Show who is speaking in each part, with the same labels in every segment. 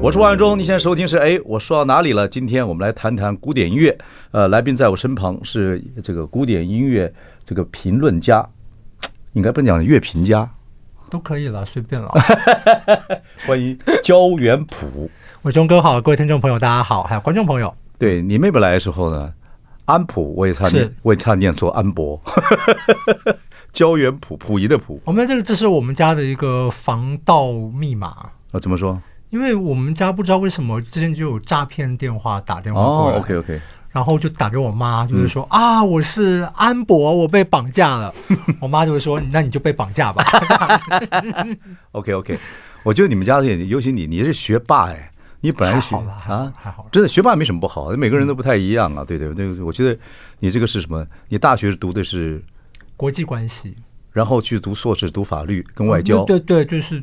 Speaker 1: 我是万忠，你现在收听是哎，我说到哪里了？今天我们来谈谈古典音乐。呃，来宾在我身旁是这个古典音乐这个评论家，应该不能讲乐评家。
Speaker 2: 都可以了，随便了。
Speaker 1: 欢迎 焦元溥。
Speaker 2: 伟忠哥好，各位听众朋友大家好，还有观众朋友，
Speaker 1: 对你妹妹来的时候呢，安溥我也差点
Speaker 2: 是
Speaker 1: 我也差点念错安博， 焦元溥溥仪的溥
Speaker 2: 我们这个这是我们家的一个防盗密码，
Speaker 1: 啊，怎么说？
Speaker 2: 因为我们家不知道为什么之前就有诈骗电话打电话过
Speaker 1: 哦嗯
Speaker 2: 来、
Speaker 1: ，OK OK，
Speaker 2: 然后就打给我妈，就是说、啊，我是安博，我被绑 架了。我妈就会说，那你就被绑架吧。
Speaker 1: OK OK，我觉得你们家的，尤其你，你是学霸哎，你本来是学
Speaker 2: 还好啦还好
Speaker 1: 啊，
Speaker 2: 还好啦
Speaker 1: 真的学霸没什么不好，每个人都不太一样啊，对对对，我觉得你这个是什么？你大学读的是，
Speaker 2: 国际关系，
Speaker 1: 然后去读硕士，读法律跟外交，
Speaker 2: 嗯对对，对就是，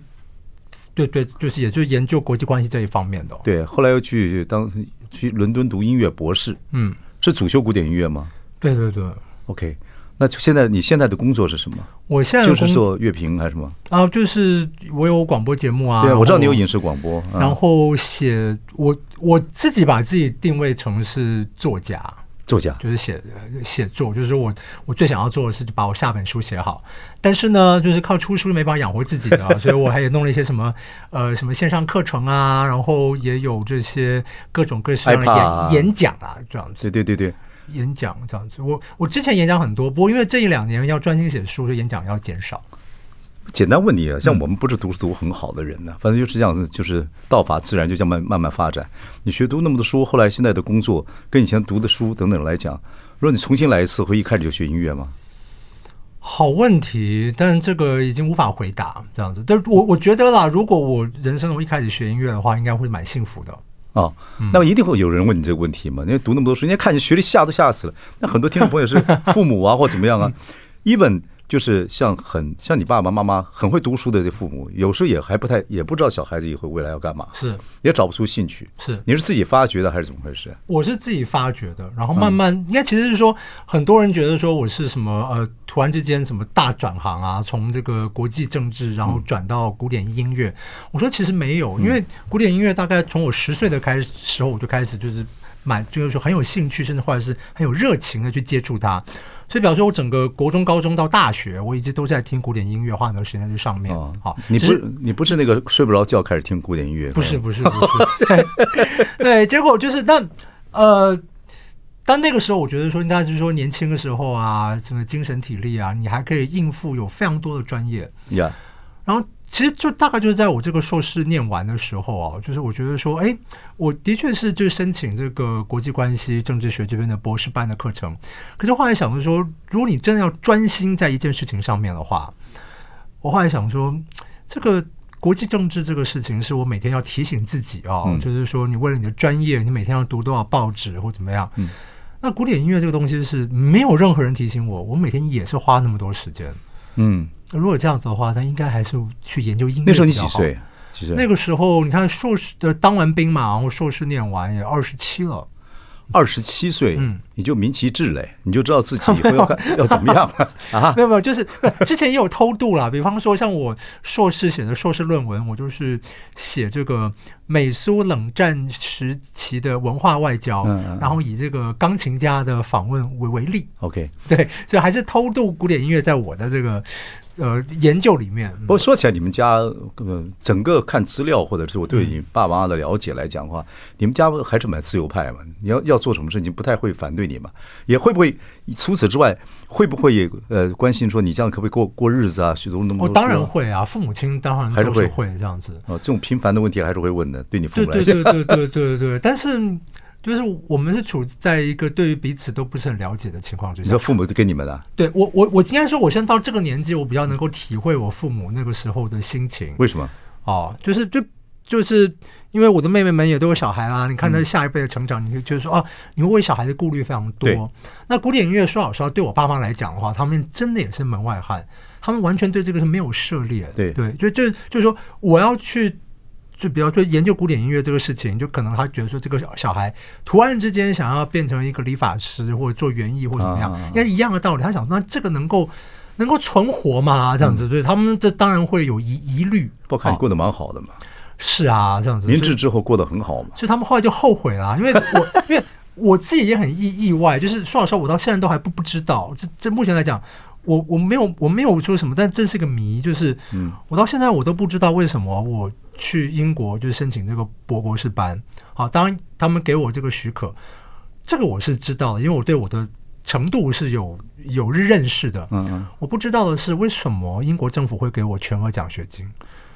Speaker 2: 对对，就是也就是研究国际关系这一方面的、哦。
Speaker 1: 对后来又去当去伦敦读音乐博士，
Speaker 2: 嗯，
Speaker 1: 是主修古典音乐吗
Speaker 2: 对对对，
Speaker 1: ？OK，那就现在你现在的工作是什么？
Speaker 2: 我现在的
Speaker 1: 就是
Speaker 2: 工
Speaker 1: 做乐评还是什么？
Speaker 2: 啊，就是我有广播节目啊，
Speaker 1: 对，我知道你有
Speaker 2: 影。
Speaker 1: 影视广播，嗯
Speaker 2: 然后写我我自己把自己定位成是作家，
Speaker 1: 作家，
Speaker 2: 就是写写作，就是我我最想要做的是把我下本书写好。但是呢，就是靠出书没办法养活自己 的啊，所以我还也弄了一些什么呃什么线上课程啊，然后也有这些各种各式各样
Speaker 1: iPad 啊
Speaker 2: 的演演讲啊，这样子
Speaker 1: 对对对对，
Speaker 2: 演讲这样子。我我之前演讲很多，不过因为这一两年要专心写书，所以演讲要减少。
Speaker 1: 简单问你啊，
Speaker 2: 嗯
Speaker 1: 像我们不是读书读很好的人呢、反正就是这样子，就是道法自然，就这样慢慢慢发展。你学读那么多书，后来现在的工作跟以前读的书等等来讲，如果你重新来一次，会一开始就学音乐吗？
Speaker 2: 好问题，但这个已经无法回答这样子。但我我觉得啦，如果我人生中一开始学音乐的话，应该会蛮幸福的。
Speaker 1: 啊，
Speaker 2: 嗯
Speaker 1: 那么一定会有人问你这个问题嘛？因为读那么多书，人家看你学历吓都吓死了。那很多听众朋友是父母 啊，或怎么样啊，even 就是像很像你爸爸妈妈很会读书的这父母，有时候也还不太也不知道小孩子以后未来要干嘛，
Speaker 2: 是，
Speaker 1: 也找不出兴趣。
Speaker 2: 是
Speaker 1: 你是自己发掘的还是怎么回事？
Speaker 2: 我是自己发掘的，然后
Speaker 1: 嗯
Speaker 2: 慢慢，应该其实是说，很多人觉得说我是什么呃，突然之间什么大转行啊，从这个国际政治，然后转到古典音乐。我说其实没
Speaker 1: 嗯
Speaker 2: 有，因为古典音乐大概从我十岁的开始时候，我就开始就是蛮就是说很有兴趣，甚至或者是很有热情的去接触它。所以，比方说，我整个国中、高中到大学，我一直都在听古典音乐，花很多时间在这上面。
Speaker 1: 哦，
Speaker 2: 好，
Speaker 1: 你
Speaker 2: 只
Speaker 1: 不
Speaker 2: 是
Speaker 1: 是你不是那个睡不着觉开始听古典音乐？
Speaker 2: 不是不是不 是，对对，结果就是那呃，但那个时候我觉得说，那就是说年轻的时候啊，什么精神体力啊，你还可以应付有非常多的专业。
Speaker 1: 呀，
Speaker 2: 然后其实就大概就是在我这个硕士念完的时候啊，就是我觉得说，哎，我的确是就申请这个国际关系政治学这边的博士班的课程。可是后来想着说，如果你真的要专心在一件事情上面的话，我后来想说，这个。国际政治这个事情是我每天要提醒自己啊，
Speaker 1: 嗯
Speaker 2: 就是说你为了你的专业，你每天要读多少报纸或怎么样。
Speaker 1: 嗯
Speaker 2: 那古典音乐这个东西是没有任何人提醒我，我每天也是花那么多时间。
Speaker 1: 嗯，
Speaker 2: 如果这样子的话，那应该还是去研究音乐。
Speaker 1: 那时候你几岁？？啊几岁？
Speaker 2: 那个时候，你看硕士呃当完兵嘛，然后硕士念完也二十七了。
Speaker 1: 二十七岁
Speaker 2: 嗯，
Speaker 1: 你就明其志嘞，你就知道 自己以后要干要怎么样了啊？
Speaker 2: 没有没有，就是不是之前也有偷渡啦。 比方说，像我硕士写的硕士论文，我就是写这个美苏冷战时期的文化外交，
Speaker 1: 嗯嗯嗯
Speaker 2: 然后以这个钢琴家的访问为为例。
Speaker 1: OK，
Speaker 2: 对，所以还是偷渡古典音乐在我的这个呃研究里面。
Speaker 1: 不过说起来，你们家呃整个看资料，或者是我对你爸爸妈妈的了解来讲的话，你们家还是蛮自由派嘛。你要要做什么事情，不太会反对你嘛。也会不会除此之外，会不会也呃关心说你这样可不可以过过日子啊？许多那么多
Speaker 2: 我、
Speaker 1: 书啊
Speaker 2: 当然会啊，父母亲当然
Speaker 1: 还是
Speaker 2: 都是
Speaker 1: 会
Speaker 2: 会这样子。
Speaker 1: 哦，这种平凡的问题还是会问的，对你父
Speaker 2: 对
Speaker 1: 母来
Speaker 2: 对
Speaker 1: 讲。
Speaker 2: 对对对对对，但是就是我们是处在一个对于彼此都不是很了解的情况之
Speaker 1: 你
Speaker 2: 下
Speaker 1: 说。父母就跟你们啊的、
Speaker 2: 对我我我应该说，我现在到这个年纪，我比较能够体会我父母那个时候的心情
Speaker 1: 为什么？
Speaker 2: 哦，就是就就是因为我的妹妹们也都有小孩啦，你
Speaker 1: 嗯
Speaker 2: 看她下一辈的成长，你就觉得说哦、你会为小孩的顾虑非常
Speaker 1: 对
Speaker 2: 多。那古典音乐说老实话，对我爸妈来讲的话，他们真的也是门外汉，他们完全对这个是没有涉猎的。
Speaker 1: 对
Speaker 2: 对，就就就是说我要去。就比方说研究古典音乐这个事情，就可能他觉得说这个小小孩突然之间想要变成一个理发师或者做园艺或者怎么样，
Speaker 1: 啊
Speaker 2: 应该一样的道理。他想那这个能够能够存活吗？这样
Speaker 1: 嗯
Speaker 2: 子，对他们这当然会有疑疑虑。
Speaker 1: 包括你
Speaker 2: 哦
Speaker 1: 过得蛮好的嘛，
Speaker 2: 是啊，这样子。
Speaker 1: 明
Speaker 2: 所
Speaker 1: 治
Speaker 2: 以
Speaker 1: 之后过得很好嘛，
Speaker 2: 所以他们后来就后悔了，因为 我因为我自己也很意意外，就是说老实话，我到现在都还不不知道。这这目前来讲，我我没有我没有说什么，但这是个谜，就是
Speaker 1: 嗯
Speaker 2: 我到现在我都不知道为什么我去英国就是申请这个博博士班。好，当然他们给我这个许可，这个我是知道的，因为我对我的程度是有有认识的。
Speaker 1: 嗯嗯，
Speaker 2: 我不知道的是，为什么英国政府会给我全额奖学金？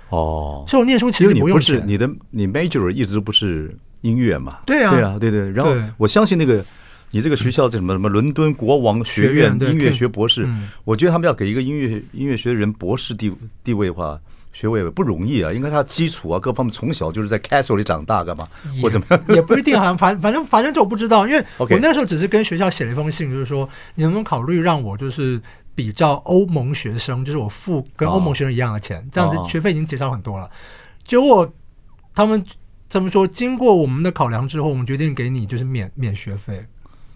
Speaker 1: 哦，
Speaker 2: 所以我念书其
Speaker 1: 因为
Speaker 2: 实
Speaker 1: 你
Speaker 2: 不用
Speaker 1: 不是
Speaker 2: 钱。
Speaker 1: 你的你 major 一直不是音乐嘛？
Speaker 2: 对啊
Speaker 1: 对啊，对对。然后
Speaker 2: 对
Speaker 1: 我相信那个你这个学校叫什么什么伦敦国王学院
Speaker 2: 学院对
Speaker 1: 音乐
Speaker 2: 可以
Speaker 1: 学博士
Speaker 2: 嗯，
Speaker 1: 我觉得他们要给一个音乐音乐学人博士地地位的话。学位不容易啊，应该他基础啊，各方面从小就是在 castle 里长大，干嘛
Speaker 2: 也
Speaker 1: 或怎么样？
Speaker 2: 也不一定，好像反反正反正这我不知道，因为我
Speaker 1: OK
Speaker 2: 那时候只是跟学校写了一封信，就是说你能不能考虑让我就是比照欧盟学生，就是我付跟欧盟学生一样的钱，这样子
Speaker 1: 哦
Speaker 2: 学费已经减少很多了。结果他们他们说，经过我们的考量之后，我们决定给你就是免免学费。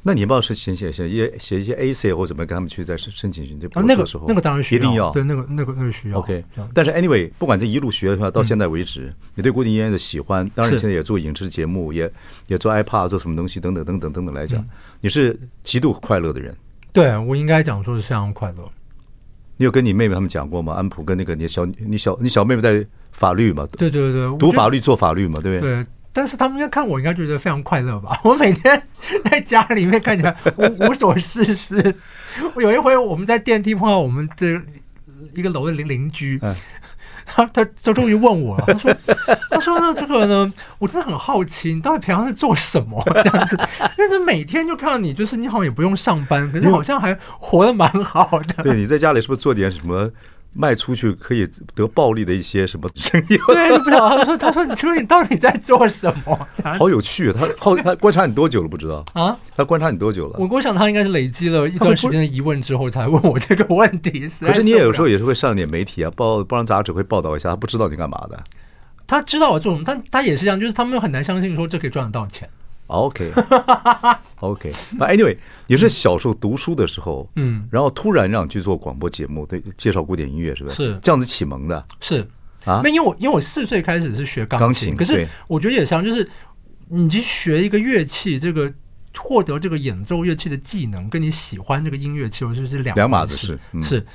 Speaker 1: 那你要不要是写写写一写一些 AC 或怎么样，跟他们去再申申请你这
Speaker 2: 啊
Speaker 1: 博，
Speaker 2: 那
Speaker 1: 士
Speaker 2: 个
Speaker 1: 的时候，
Speaker 2: 那个当然需
Speaker 1: 一定要
Speaker 2: 对，那个那个那个需要。
Speaker 1: OK，
Speaker 2: 这样
Speaker 1: 但是 anyway，不管这一路学的话，到现在为止，你对古典音乐的喜欢，当然
Speaker 2: 嗯是
Speaker 1: 你现在也做影视节目，也也做 iPad，做什么东西等等等等等等来
Speaker 2: 嗯
Speaker 1: 讲，你是极度快乐的人。
Speaker 2: 对我应该讲说是非常快乐。
Speaker 1: 你有跟你妹妹他们讲过吗？安普跟那个你小你小你小妹妹在法律嘛，
Speaker 2: 对对对，我
Speaker 1: 读
Speaker 2: 觉得
Speaker 1: 法律做法律嘛，对不对？
Speaker 2: 对，但是他们应该看我，应该觉得非常快乐吧？我 每天在家里面看起来无无所事事。 我有一回我们在电梯碰到我们这一个楼的邻邻居
Speaker 1: 嗯，
Speaker 2: 他他他终于问我了，他说 他说呢这个呢，我真的很好奇，你到底平常在做什么 这样子？但是每天就看到你，就是你好像也不用上班，可是好像还活得蛮好的。
Speaker 1: 对，你在家里是不是做点什么卖出去可以得暴利的一些什么生 意？
Speaker 2: 对，就不晓得。他说：“他说，你说你到底在做什么？这样子
Speaker 1: 好有趣，啊他好他观察你多久了？不知道，
Speaker 2: 啊，
Speaker 1: 他观察你多久了？
Speaker 2: 我我想他应该是累积了一
Speaker 1: 他会
Speaker 2: 段
Speaker 1: 不
Speaker 2: 时间的疑问之后才问我这个问题。实在
Speaker 1: 可是你也有时
Speaker 2: 受不
Speaker 1: 候
Speaker 2: 了
Speaker 1: 也是会上点媒体啊，报报章杂志会报道一下，他不知道你干嘛的。
Speaker 2: 他知道我做什么，但他也是这样，就是他们很难相信说这可以赚得到钱。
Speaker 1: 啊 OK OK，反正 anyway，你是小时候读书的时候，
Speaker 2: 嗯，
Speaker 1: 然后突然让你去做广播节目，对，介绍古典音乐是吧？
Speaker 2: 是
Speaker 1: 这样子启蒙的
Speaker 2: 是，
Speaker 1: 啊
Speaker 2: 没，因为我因为我四岁开始是学钢
Speaker 1: 钢琴
Speaker 2: 可是
Speaker 1: 对
Speaker 2: 我觉得也像，就是你去学一个乐器，这个获得这个演奏乐器的技能，跟你喜欢这个音乐其实是两
Speaker 1: 两
Speaker 2: 码
Speaker 1: 码子事，嗯、
Speaker 2: 是，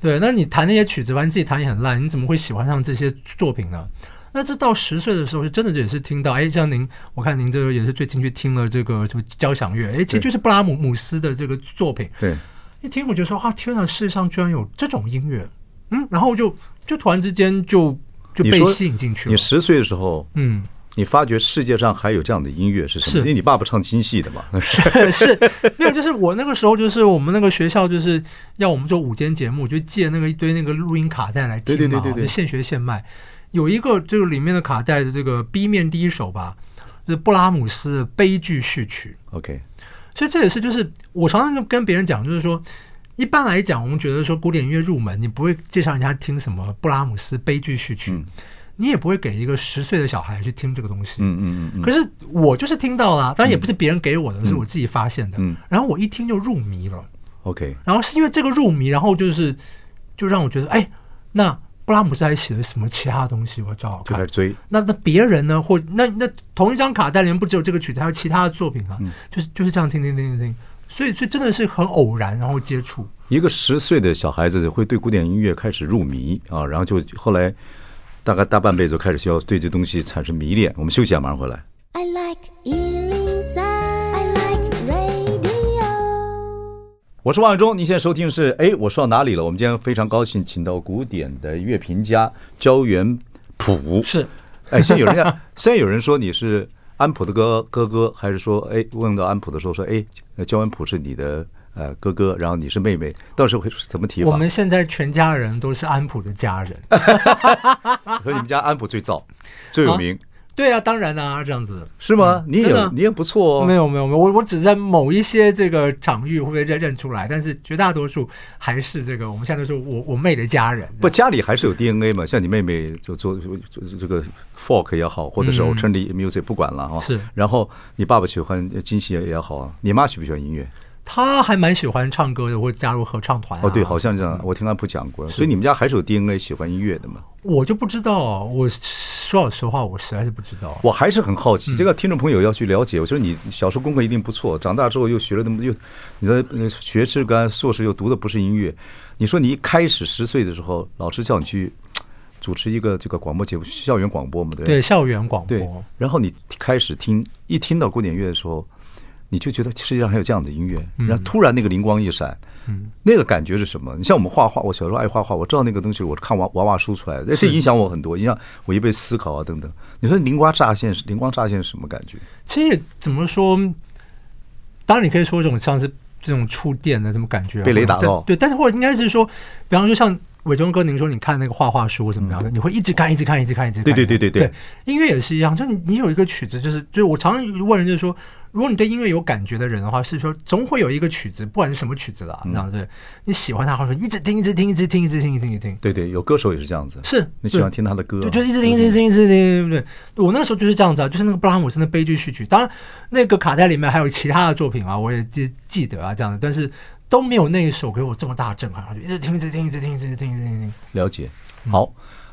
Speaker 2: 对。那你弹那些曲子，反正自己弹也很烂，你怎么会喜欢上这些作品呢？那这到十岁的时候，是真的也是听到，哎，像您，我看您这个也是最近去听了这个什么交响乐，哎，其实
Speaker 1: 对
Speaker 2: 就是布拉姆姆斯的这个作品，
Speaker 1: 对，
Speaker 2: 一听我就说，哇，啊天呐，世界上居然有这种音乐，嗯，然后就就突然之间就就
Speaker 1: 你
Speaker 2: 被
Speaker 1: 说
Speaker 2: 吸引进去
Speaker 1: 你
Speaker 2: 了，
Speaker 1: 十岁的时候。
Speaker 2: 嗯。
Speaker 1: 你发觉世界上还有这样的音乐是什么？
Speaker 2: 是
Speaker 1: 因为你爸爸唱京戏的嘛，
Speaker 2: 是，没有，就是我那个时候，就是我们那个学校，就是要我们做午间节目，就借那个一堆那个录音卡带来听
Speaker 1: 对
Speaker 2: 嘛，
Speaker 1: 对对对对
Speaker 2: 就现学现卖。有一个这个里面的卡带的这个 B 面第一首吧，就是布拉姆斯的悲剧序曲。
Speaker 1: OK，
Speaker 2: 所以这也是就是我常常就跟别人讲，就是说，一般来讲，我们觉得说古典音乐入门，你不会介绍人家听什么布拉姆斯悲剧序曲，
Speaker 1: 嗯
Speaker 2: 你也不会给一个十岁的小孩去听这个东西。
Speaker 1: 嗯嗯嗯嗯，
Speaker 2: 可是我就是听到了，当然也不是别人给我的，是我自己发现的。
Speaker 1: 嗯
Speaker 2: 然后我一听就入迷了，
Speaker 1: OK，
Speaker 2: 然后是因为这个入迷，然后就是就让我觉得，哎，那布拉姆斯还写了什么其他东西，我找找
Speaker 1: 就开
Speaker 2: 看
Speaker 1: 始。追，
Speaker 2: 那那别人呢？或那那同一张卡带里面不只有这个曲子，还有其他的作品啊。
Speaker 1: 嗯
Speaker 2: 就是就是这样听听听听听，所以所以真的是很偶然，然后接触。
Speaker 1: 一个十岁的小孩子会对古典音乐开始入迷啊，然后就后来大概大半辈子开始需要对这东西产生迷恋。我们休息啊，马上回来。
Speaker 3: I like Ealing Sound. I like radio.
Speaker 1: 我是王永忠，您现在收听的是哎，我说到哪里了？我们今天非常高兴，请到古典的乐评家焦元溥。
Speaker 2: 是
Speaker 1: 哎，现在有人家， 现在有人说你是安普的哥哥哥，还是说哎，问到安普的时候说哎，焦元溥是你的呃哥哥，然后你是妹妹，到时候会是怎么提法？
Speaker 2: 我们现在全家人都是安普的家人，
Speaker 1: 呃和你们家安普最早，最有名、
Speaker 2: 对啊，当然啊，这样子。
Speaker 1: 是吗？你
Speaker 2: 真的
Speaker 1: 也你也不错哦，
Speaker 2: 没有没有没有，我我只是在某一些这个场域会被认认出来，但是绝大多数还是这个我们现在都是我我妹的家人。
Speaker 1: 不，家里还是有 DNA 嘛，像你妹妹就做就就这个 folk 也好，或者是
Speaker 2: 嗯
Speaker 1: alternative music 不管了啊。
Speaker 2: 是
Speaker 1: 然后你爸爸喜欢金鞋也好啊，你妈喜不喜欢音乐？
Speaker 2: 她还蛮喜欢唱歌的，会加入合唱团、啊。
Speaker 1: 哦，对，好像这样，我听安普讲过，所以你们家还是有 DNA 喜欢音乐的嘛。
Speaker 2: 我就不知道，我说老实话，我实在是不知道。
Speaker 1: 我还是很好
Speaker 2: 嗯
Speaker 1: 奇，这个听众朋友要去了解。我说你小时候功课一定不错，长大之后又学了那么又你的呃学士跟硕士又读的不是音乐。你说你一开始十岁的时候，老师叫你去嘖主持一个这个广播节目，校园广播嘛，对不
Speaker 2: 对校园广
Speaker 1: 对
Speaker 2: 播，，
Speaker 1: 然后你开始听，一听到古典乐的时候，你就觉得世界上还有这样的音乐，然后突然那个灵光一闪，那个感觉是什么？你像我们画画，我小时候爱画画，我知道那个东西，我看娃娃娃书出来的，这影响我很多，影响我一辈子思考啊等等。你说灵光乍现，是灵光乍现是什么感觉？
Speaker 2: 其实也怎么说，当然你可以说这种像是这种触电的这种感觉啊，
Speaker 1: 被雷打
Speaker 2: 或者
Speaker 1: 到
Speaker 2: 对，但是或者应该是说，比方说像伟忠哥，您说你看那个画画书怎么样的，你会一直看，一直看，一直看，一直看。
Speaker 1: 嗯对对对对对
Speaker 2: 对，音乐也是一样，就是你有一个曲子，就是就是我常常问人，就是说，如果你对音乐有感觉的人的话，是说总会有一个曲子，不管是什么曲子啦，
Speaker 1: 嗯
Speaker 2: 那样对，你喜欢它，或者说一直听，一直听，一直听，一直听，一直听，一直听。
Speaker 1: 对对，有歌手也是这样子，
Speaker 2: 是
Speaker 1: 你喜欢听他的歌啊，
Speaker 2: 对，就一直听，一直听，一直听，对不对？我那时候就是这样子啊，就是那个布拉姆斯的悲剧序曲，当然那个卡带里面还有其他的作品啊，我也记记得啊，这样的，但是都没有那一首给我这么大的震撼，我就一直听，一直听，一直听，一直听，一直听，一直听。
Speaker 1: 了解。好，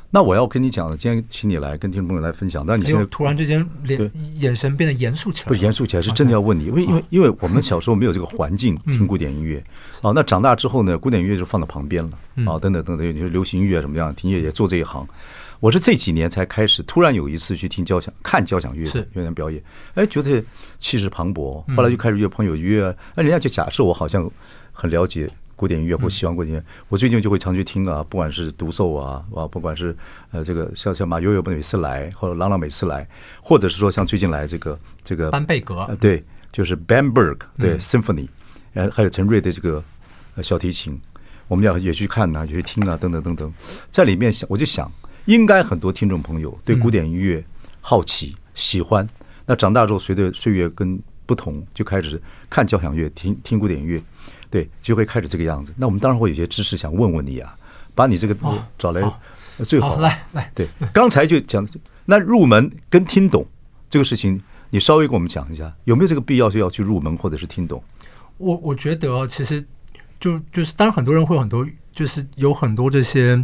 Speaker 1: 那我要跟你讲的，今天请你来跟听众朋友来分享，但你
Speaker 2: 哎
Speaker 1: 现在
Speaker 2: 呦，突然之间
Speaker 1: 对
Speaker 2: 脸眼神变得严肃起来，啊
Speaker 1: 不是严肃起来，是真的要问你，因为因为因为我们小时候没有这个环境
Speaker 2: 嗯
Speaker 1: 听古典音乐，啊，那长大之后呢，古典音乐就放到旁边了，
Speaker 2: 嗯
Speaker 1: 啊，等等等等，你说流行音乐什么样，听音乐也做这一行。我是这几年才开始，突然有一次去听交响，看交响乐
Speaker 2: 是
Speaker 1: 乐团表演，哎，觉得气势磅礴。后来就开始约朋友约啊，那人家就假设我好像很了解古典音乐或喜欢古典音乐，我最近就会常去听啊，不管是独奏啊，啊，不管是呃这个像像马友友每次来，或者郎朗每次来，或者是说像最近来这个这个
Speaker 2: 班贝格
Speaker 1: 呃，对，就是 Bamberg 对、Symphony，呃，还有陈瑞的这个呃小提琴，我们要也去看呐、也去听啊，等等等等，在里面想，我就想，应该很多听众朋友对古典音乐好奇、喜欢，那长大之后随着岁月跟不同，就开始看交响乐、听听古典音乐，对，就会开始这个样子。那我们当然会有些知识想问问你啊，把你这个找来、呃最好
Speaker 2: 好来来
Speaker 1: 对，刚才就讲，那入门跟听懂这个事情，你稍微跟我们讲一下，有没有这个必要是要去入门或者是听懂？
Speaker 2: 我我觉得哦其实就就是，当然很多人会有很多，就是有很多这些。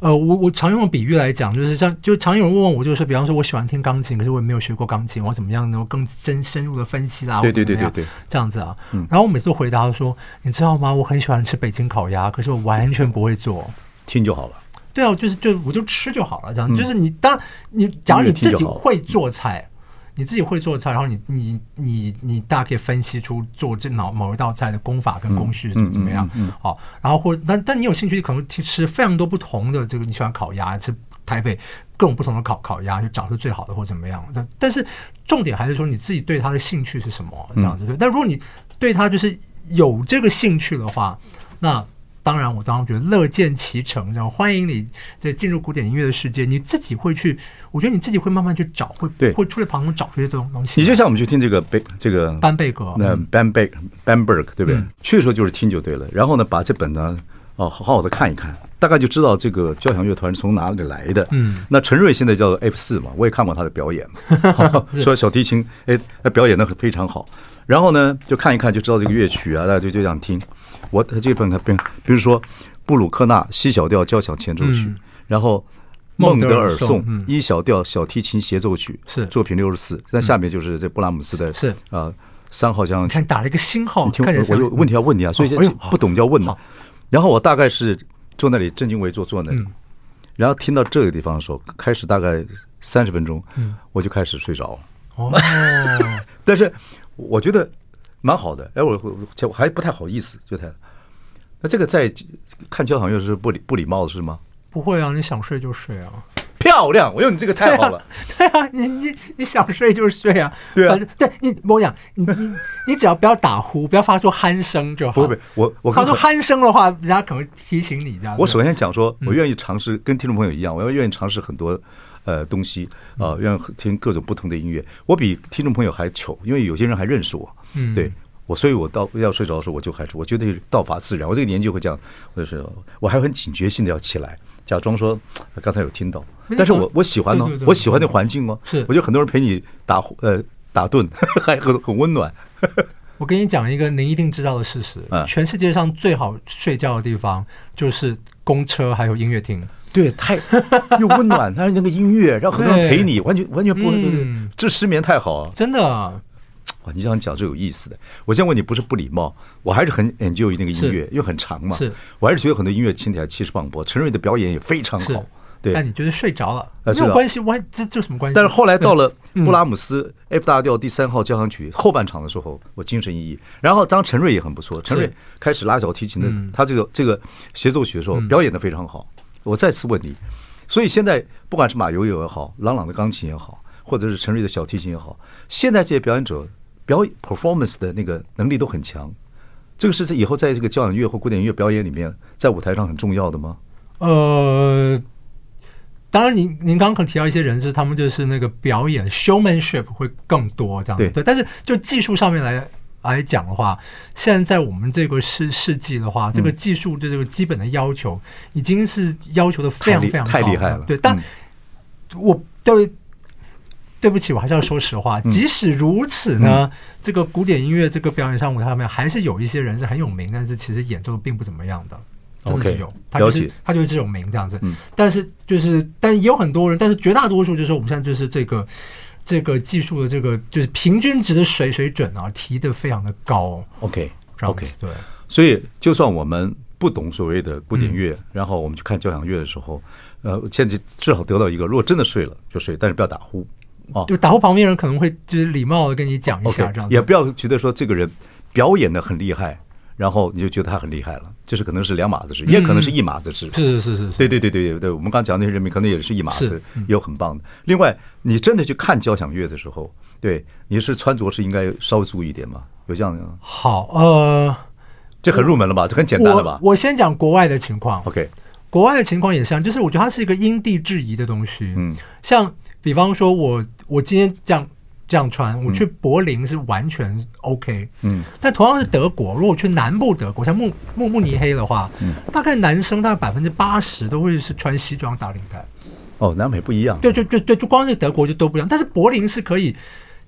Speaker 2: 呃，我我常用的比喻来讲，就是像就常有人问我，就是比方说我喜欢听钢琴，可是我也没有学过钢琴，我怎么样能够更深深入的分析啦？
Speaker 1: 对
Speaker 2: 或者
Speaker 1: 对
Speaker 2: 怎么样
Speaker 1: 对对嗯对，
Speaker 2: 这样子啊。然后我每次都回答说，你知道吗？我很喜欢吃北京烤鸭，可是我完全不会做。
Speaker 1: 听就好了。
Speaker 2: 对啊，就是就我就吃就好了，这样、就是你当你假如你自己会做菜，你自己会做菜，然后你你你你大概分析出做这某某一道菜的功法跟工序怎么怎么样，
Speaker 1: 嗯
Speaker 2: 好，哦然后或但但你有兴趣，可能去吃非常多不同的这个，你喜欢烤鸭吃。台北各种不同的烤烤鸭，就找出最好的或怎么样。但但是重点还是说你自己对它的兴趣是什么
Speaker 1: 嗯
Speaker 2: 这样子。对但如果你对它就是有这个兴趣的话，那当然，我当然觉得乐见其成，然后欢迎你在进入古典音乐的世界，你自己会去，我觉得你自己会慢慢去找，会
Speaker 1: 对
Speaker 2: 会出来旁边找出这种东西。
Speaker 1: 你就像我们去听这个贝这个
Speaker 2: 班贝格，
Speaker 1: 那 Bamberg Bamberg 对不对？
Speaker 2: 嗯
Speaker 1: 去的时候就是听就对了，然后呢，把这本呢，哦，好好的看一看，大概就知道这个交响乐团是从哪里来的。
Speaker 2: 嗯，
Speaker 1: 那陈瑞现在叫做 F 四嘛，我也看过他的表演 嘛， 说小提琴，哎，他表演的非常好。然后呢，就看一看就知道这个乐曲啊，大家就就想听。我他这本比比如说布鲁克纳 C 小调交响前奏曲，
Speaker 2: 嗯
Speaker 1: 然后。
Speaker 2: 孟
Speaker 1: 孟
Speaker 2: 德
Speaker 1: 德
Speaker 2: 尔
Speaker 1: 尔颂
Speaker 2: 颂嗯
Speaker 1: 一小调小提琴协奏曲
Speaker 2: 是
Speaker 1: 作品六十四，那下面就是这布拉姆斯的
Speaker 2: 是
Speaker 1: 呃三号交响
Speaker 2: 你
Speaker 1: 曲
Speaker 2: 看打了一个星号，
Speaker 1: 你听
Speaker 2: 看起
Speaker 1: 我，
Speaker 2: 来
Speaker 1: 我有问
Speaker 2: 题，
Speaker 1: 题要问你啊，所以
Speaker 2: 哎呦好
Speaker 1: 不懂就要问啊
Speaker 2: 好。
Speaker 1: 然后我大概是坐那里正襟危坐坐那
Speaker 2: 嗯
Speaker 1: 里，然后听到这个地方的时候，开始大概三十分钟，
Speaker 2: 嗯
Speaker 1: 我就开始睡着了。
Speaker 2: 哦，
Speaker 1: 但是我觉得蛮好的，哎，我我我还不太好意思，就太。那这个在看交响乐是不礼不礼貌的是吗？
Speaker 2: 不会啊，你想睡就睡啊，
Speaker 1: 漂亮！我用你这个太好了。
Speaker 2: 对啊，你你你想睡就睡啊，
Speaker 1: 对啊
Speaker 2: 反正对你我跟你讲，你你你只要不要打呼，不要发出鼾声就好。
Speaker 1: 不会不会，我我
Speaker 2: 发
Speaker 1: 跟
Speaker 2: 出鼾声的话，人家可能会提醒你这样子。
Speaker 1: 我首先讲说，我愿意尝试，跟听众朋友一
Speaker 2: 嗯
Speaker 1: 样，我要愿意尝试很多呃东西啊，愿意听各种不同的音乐。我比听众朋友还糗，因为有些人还认识我，
Speaker 2: 嗯
Speaker 1: 对我，所以我到要睡着的时候，我就还是我觉得道法自然。我这个年纪会这样，我就是我还很警觉性的要起来，假装说呃刚才有听到，但是我我喜欢哦
Speaker 2: 对对，对
Speaker 1: 我喜欢那环境哦，
Speaker 2: 是
Speaker 1: 我觉得很多人陪你打呼呃打盹， 还很很温暖。
Speaker 2: 我跟你讲一个您一定知道的事实：
Speaker 1: 嗯
Speaker 2: 全世界上最好睡觉的地方就是公车还有音乐厅。
Speaker 1: 对，太又温暖，但是那个音乐让很多人陪你，完全完全不会
Speaker 2: 嗯，
Speaker 1: 这失眠太好啊！
Speaker 2: 真的，
Speaker 1: 哇，你这样讲是有意思的。我现在问你不是不礼貌，我还是很 enjoy 那个音乐，因为很长嘛。
Speaker 2: 是，
Speaker 1: 我还是觉得很多音乐听起来气势磅礴。陈瑞的表演也非常
Speaker 2: 是
Speaker 1: 好，对。
Speaker 2: 但你就是睡着了，
Speaker 1: 呃
Speaker 2: 没
Speaker 1: 是
Speaker 2: 有
Speaker 1: 啊
Speaker 2: 关系，我这这有什么关系？
Speaker 1: 但是后来到了
Speaker 2: 嗯
Speaker 1: 布拉姆斯 F 大调第三号交响曲后半场的时候，我精神奕奕。然后当陈瑞也很不错，陈瑞开始拉小提琴的，
Speaker 2: 嗯
Speaker 1: 他这个这个协奏曲的时候表演的非常好。我再次问你，所以现在不管是马友友也好，朗朗的钢琴也好，或者是陈瑞的小提琴也好，现在这些表演者表演 performance 的那个能力都很强。这个是在以后在这个交响乐或古典音乐表演里面，在舞台上很重要的吗？
Speaker 2: 呃，当然您，您刚刚可能提到一些人是他们就是那个表演 showmanship 会更多这样
Speaker 1: 对
Speaker 2: 对，但是就技术上面来来讲的话，现在在我们这个世世纪的话，
Speaker 1: 嗯
Speaker 2: 这个技术的这个基本的要求已经是要求的非常
Speaker 1: 太厉
Speaker 2: 非常高
Speaker 1: 太厉害了
Speaker 2: 对，但
Speaker 1: 嗯
Speaker 2: 我对。对不起，我还是要说实话。
Speaker 1: 嗯
Speaker 2: 即使如此呢，这个古典音乐这个表演上舞台上面，还是有一些人是很有名，但是其实演奏的并不怎么样的。真的是
Speaker 1: OK，
Speaker 2: 有，他就
Speaker 1: 了
Speaker 2: 是
Speaker 1: 解
Speaker 2: 他就是这种名这样子。
Speaker 1: 嗯
Speaker 2: 但是就是，但也有很多人，但是绝大多数就是我们现在就是这个这个技术的这个就是平均值的水水准啊，提的非常的高。
Speaker 1: OK
Speaker 2: 这样子
Speaker 1: OK，
Speaker 2: 对，
Speaker 1: 所以，就算我们不懂所谓的古典乐，
Speaker 2: 嗯
Speaker 1: 然后我们去看交响乐的时候，呃，现在至少得到一个，如果真的睡了就睡，但是不要打呼啊。
Speaker 2: 就打呼旁边人可能会就是礼貌的跟你讲一
Speaker 1: OK，
Speaker 2: 下啊这样子。
Speaker 1: 也不要觉得说这个人表演的很厉害，然后你就觉得他很厉害了，这是可能是两码子事，也可能是一码子事。
Speaker 2: 嗯是是是是是，
Speaker 1: 对对对对对对，我们刚讲那些人民可能也是一码子
Speaker 2: 是，嗯
Speaker 1: 也有很棒的。另外，你真的去看交响乐的时候，对你是穿着是应该稍微注意一点嘛？有这样的吗，
Speaker 2: 好呃，
Speaker 1: 这很入门了吧？这很简单了吧
Speaker 2: 我我先讲国外的情况。
Speaker 1: ？OK，
Speaker 2: 国外的情况也是这样，就是我觉得它是一个因地制宜的东西。
Speaker 1: 嗯，
Speaker 2: 像比方说我我今天这样这样穿，我去柏林是完全 OK。
Speaker 1: 嗯，
Speaker 2: 但同样是德国，如果去南部德国，像慕慕慕尼黑的话，
Speaker 1: 嗯
Speaker 2: 大概男生大概百分之八十都会是穿西装打领带。
Speaker 1: 哦，南美不一样。
Speaker 2: 对，就就对，就光是德国就都不一样。但是柏林是可以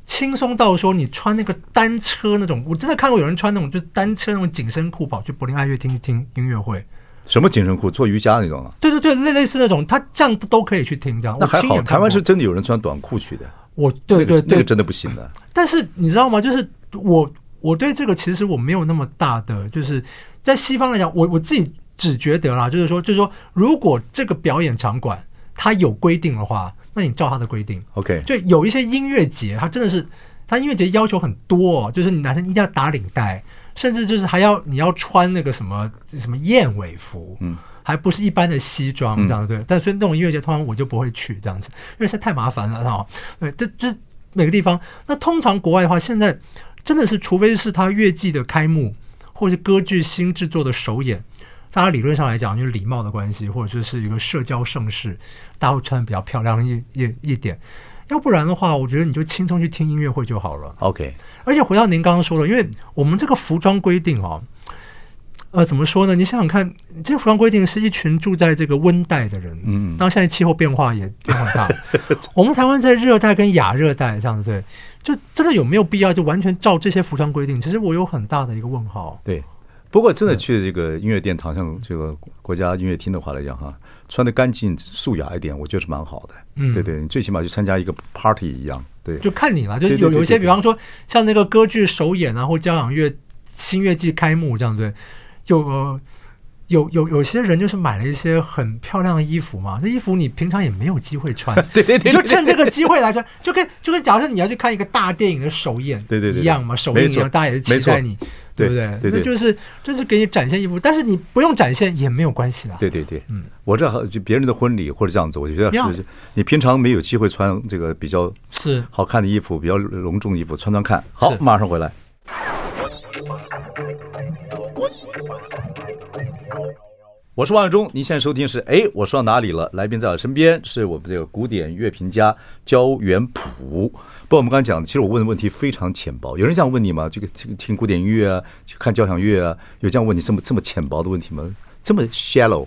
Speaker 2: 轻松到说，你穿那个单车那种，我真的看过有人穿那种就是单车那种紧身裤跑去柏林爱乐厅听音乐会。
Speaker 1: 什么紧身裤？做瑜伽那种啊？
Speaker 2: 对对对，类类似那种，他这样都可以去听这样。
Speaker 1: 那
Speaker 2: 我
Speaker 1: 还
Speaker 2: 哦亲眼
Speaker 1: 好，
Speaker 2: 看
Speaker 1: 台湾
Speaker 2: 过
Speaker 1: 是真的有人穿短裤去的，
Speaker 2: 我对对
Speaker 1: 那个那
Speaker 2: 对
Speaker 1: 个，真的不行的。
Speaker 2: 但是你知道吗？就是我我对这个其实我没有那么大的，就是在西方来讲，我我自己只觉得啦，就是说就是说，如果这个表演场馆它有规定的话，那你照它的规定。
Speaker 1: OK，
Speaker 2: 就有一些音乐节，它真的是，它音乐节要求很多、哦，就是你男生一定要打领带，甚至就是还要你要穿那个什么什么燕尾服，
Speaker 1: 嗯，
Speaker 2: 还不是一般的西装这样对。但所以那种音乐节通常我就不会去这样子，因为实在太麻烦了哈。对，这这每个地方，那通常国外的话，现在真的是，除非是它乐季的开幕，或是歌剧新制作的首演。大家理论上来讲，就是礼貌的关系，或者就是一个社交盛世，大家会穿的比较漂亮一一一点。要不然的话，我觉得你就轻松去听音乐会就好了。
Speaker 1: OK，
Speaker 2: 而且回到您刚刚说的，因为我们这个服装规定哦，呃，怎么说呢？你想想看，这个服装规定是一群住在这个温带的人，
Speaker 1: 嗯嗯
Speaker 2: 当然现在气候变化也变化很大，我们台湾在热带跟亚热带这样子，对，就真的有没有必要就完全照这些服装规定？其实我有很大的一个问号。
Speaker 1: 对。不过真的去这个音乐殿堂，像这个国家音乐厅的话来讲哈，穿的干净素雅一点，我觉得是蛮好的。
Speaker 2: 嗯
Speaker 1: 对对，你最起码去参加一个 party 一样。对，
Speaker 2: 就看你了，就是
Speaker 1: 对对
Speaker 2: 有
Speaker 1: 对
Speaker 2: 有一些，
Speaker 1: 对
Speaker 2: 比方说像那个歌剧首演啊，或交响乐新乐季开幕这样对，有呃有有有些人就是买了一些很漂亮的衣服嘛，那衣服你平常也没有机会穿，
Speaker 1: 对对对
Speaker 2: 你就趁这个机会来穿，就跟就跟假设你要去看一个大电影的首演
Speaker 1: 对对对对
Speaker 2: 一样嘛，首映一
Speaker 1: 没错
Speaker 2: 样，大家也是期
Speaker 1: 没错
Speaker 2: 待你，
Speaker 1: 对
Speaker 2: 对不对？
Speaker 1: 对对
Speaker 2: 那就是就是给你展现一部，但是你不用展现也没有关系啦。
Speaker 1: 对对对，
Speaker 2: 嗯，
Speaker 1: 我这好就别人的婚礼或者这样子，我觉得
Speaker 2: 要
Speaker 1: 是你平常没有机会穿这个比较
Speaker 2: 是
Speaker 1: 好看的衣服，比较隆重的衣服，穿穿看。好，
Speaker 2: 是
Speaker 1: 马上回来。我是王永忠，您现在收听是哎，我说到哪里了？来宾在我身边是我们这个古典乐评家焦元溥。不，我们刚才讲，其实我问的问题非常浅薄。有人这样问你吗？这个听听古典音乐啊，去看交响乐啊，有这样问你这么这么浅薄的问题吗？这么 shallow？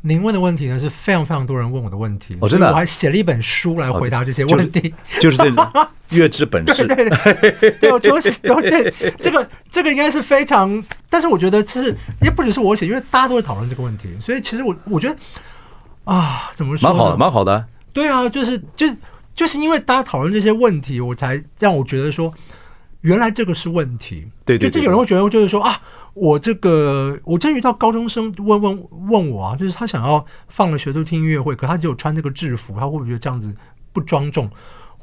Speaker 2: 您问的问题呢，是非常非常多人问我的问题，
Speaker 1: 哦真的
Speaker 2: 所以我还写了一本书来回答这些问题。
Speaker 1: 就是这种 乐之本
Speaker 2: 对
Speaker 1: 事。
Speaker 2: 对对，对，我觉得是，对对，这个这个应该是非常，但是我觉得其实也不只是我写，因为大家都会讨论这个问题，所以其实我我觉得啊，怎么说
Speaker 1: 蛮
Speaker 2: 呢？
Speaker 1: 好的，蛮好的。
Speaker 2: 对啊，就是就就是因为大家讨论这些问题，我才让我觉得说，原来这个是问题。
Speaker 1: 对对对
Speaker 2: 就就有人会觉得就是说啊，我这个我真遇到高中生问问问我啊，就是他想要放了学都听音乐会，可他只有穿这个制服，他会不会觉得这样子不庄重？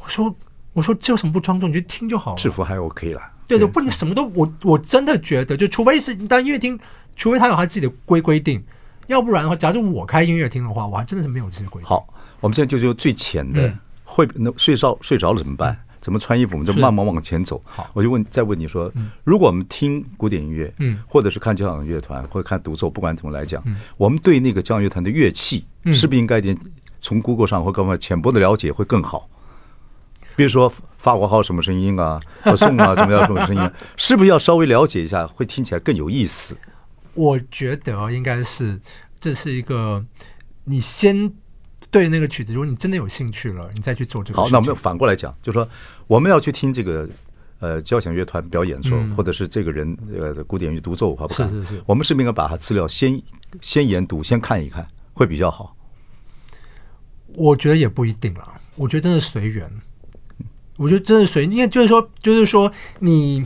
Speaker 2: 我说我说这有什么不庄重？你去听就好了。
Speaker 1: 制服还 OK 了。
Speaker 2: 对对，不，你什么都我我真的觉得，就除非是当音乐厅，除非他有他自己的规规定，要不然的话，假如我开音乐厅的话，我还真的是没有这些规定。
Speaker 1: 好，我们现在就就最浅的
Speaker 2: 嗯，
Speaker 1: 会那睡着睡着了怎么办？怎么穿衣服？我们就是慢慢往前走。我就问，再问你说，如果我们听古典音乐，
Speaker 2: 嗯
Speaker 1: 或者是看交响乐团，或者看独奏，不管怎么来讲，我们对那个交响乐团的乐器，
Speaker 2: 嗯
Speaker 1: 是不是应该一点从 Google 上或各方面浅薄的了解会更好？比如说法国号什么声音啊，呃颂 啊什么样什么声音啊，是不是要稍微了解一下，会听起来更有意思？
Speaker 2: 我觉得应该是这是一个你先对那个曲子，如果你真的有兴趣了，你再去做这个
Speaker 1: 好
Speaker 2: 事，
Speaker 1: 那
Speaker 2: 情。
Speaker 1: 我们反过来讲，就说我们要去听这个呃交响乐团表演的时候，
Speaker 2: 嗯
Speaker 1: 或者是这个人呃古典乐独奏，好不好？
Speaker 2: 是是是
Speaker 1: 我们是不是应该把他资料先先研读，先看一看，会比较好？
Speaker 2: 我觉得也不一定啦，我觉得真的随缘。我觉得真的随，因为就是说，就是说你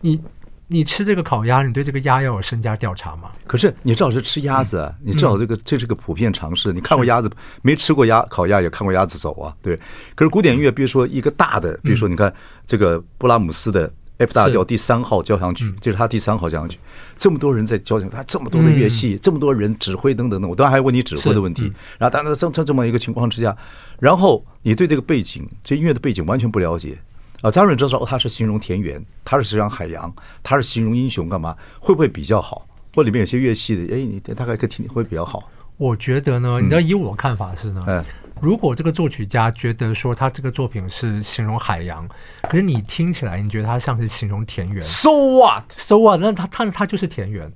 Speaker 2: 你你吃这个烤鸭，你对这个鸭要有身家调查嘛？
Speaker 1: 可是你至少是吃鸭子，啊，
Speaker 2: 嗯
Speaker 1: 你至少这个这是个普遍常识。你看过鸭子，没吃过鸭烤鸭也看过鸭子走啊，对。可是古典音乐，比如说一个大的，比如说你看这个布拉姆斯的 F 大
Speaker 2: 嗯是嗯
Speaker 1: 调第三号交响曲，这是他第三号交响曲，这么多人在交响，他这么多的乐器，这么多人指挥等等等，我当然还问你指挥的问题。然后当然在这这么一个情况之下，然后你对这个背景，这音乐的背景完全不了解。啊，当然你知道说哦它是形容田园，它是形容海洋，它是形容英雄，干嘛会不会比较好？或里面有些乐器的，哎，你大概可以听会比较好。
Speaker 2: 我觉得呢，你知道，以我看法是呢，
Speaker 1: 嗯
Speaker 2: 如果这个作曲家觉得说他这个作品是形容海洋，可是你听起来你觉得他像是形容田园，
Speaker 1: So what？
Speaker 2: so what？那他他他就是田园，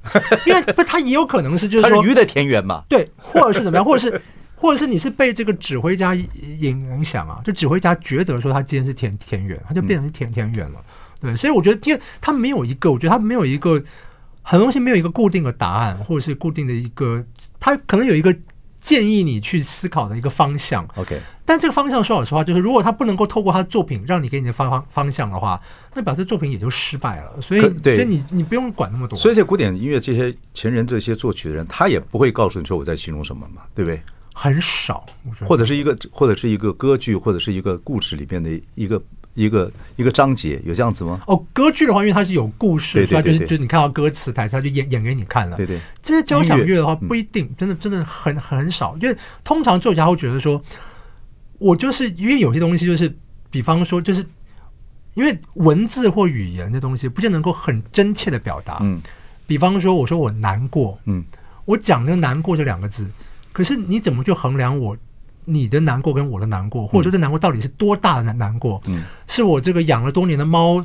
Speaker 2: 因为不，他也有可能是就是
Speaker 1: 它是
Speaker 2: 说
Speaker 1: 鱼的田园嘛？
Speaker 2: 对，或者是怎么样，或者是或者是你是被这个指挥家影影响啊，就指挥家觉得说他今天是田田园，他就变成是田田园了。对，所以我觉得，因为他没有一个，我觉得他没有一个很多东西没有一个固定的答案，或者是固定的一个，他可能有一个建议你去思考的一个方向。
Speaker 1: OK，
Speaker 2: 但这个方向说老实话，就是如果他不能够透过他的作品让你给你的方方方向的话，那表示作品也就失败了。所以
Speaker 1: 可，对
Speaker 2: 所以你你不用管那么多。
Speaker 1: 所以在古典音乐这些前人这些作曲的人，他也不会告诉你说我在形容什么嘛，对不对？
Speaker 2: 很少，我觉得
Speaker 1: 或者是一个或者是一个歌剧，或者是一个故事里面的一个一个一个章节，有这样子吗？
Speaker 2: 哦，歌剧的话，因为它是有故事，
Speaker 1: 对
Speaker 2: 所以它
Speaker 1: 对嗯
Speaker 2: 就是
Speaker 1: 对对
Speaker 2: 就是你看到歌词台词，它就演演给你看了。
Speaker 1: 对对，
Speaker 2: 这些交响
Speaker 1: 音乐
Speaker 2: 乐的话不一定，真的真的很很少，因为通常作曲家会觉得说，我就是因为有些东西就是，比方说就是。因为文字或语言的东西，不见得能够很真切的表达。
Speaker 1: 嗯
Speaker 2: 比方说，我说我难过，
Speaker 1: 嗯，
Speaker 2: 我讲那个难过这两个字，可是你怎么去衡量我你的难过跟我的难过，或者说这难过到底是多大的难难过？
Speaker 1: 嗯，
Speaker 2: 是我这个养了多年的猫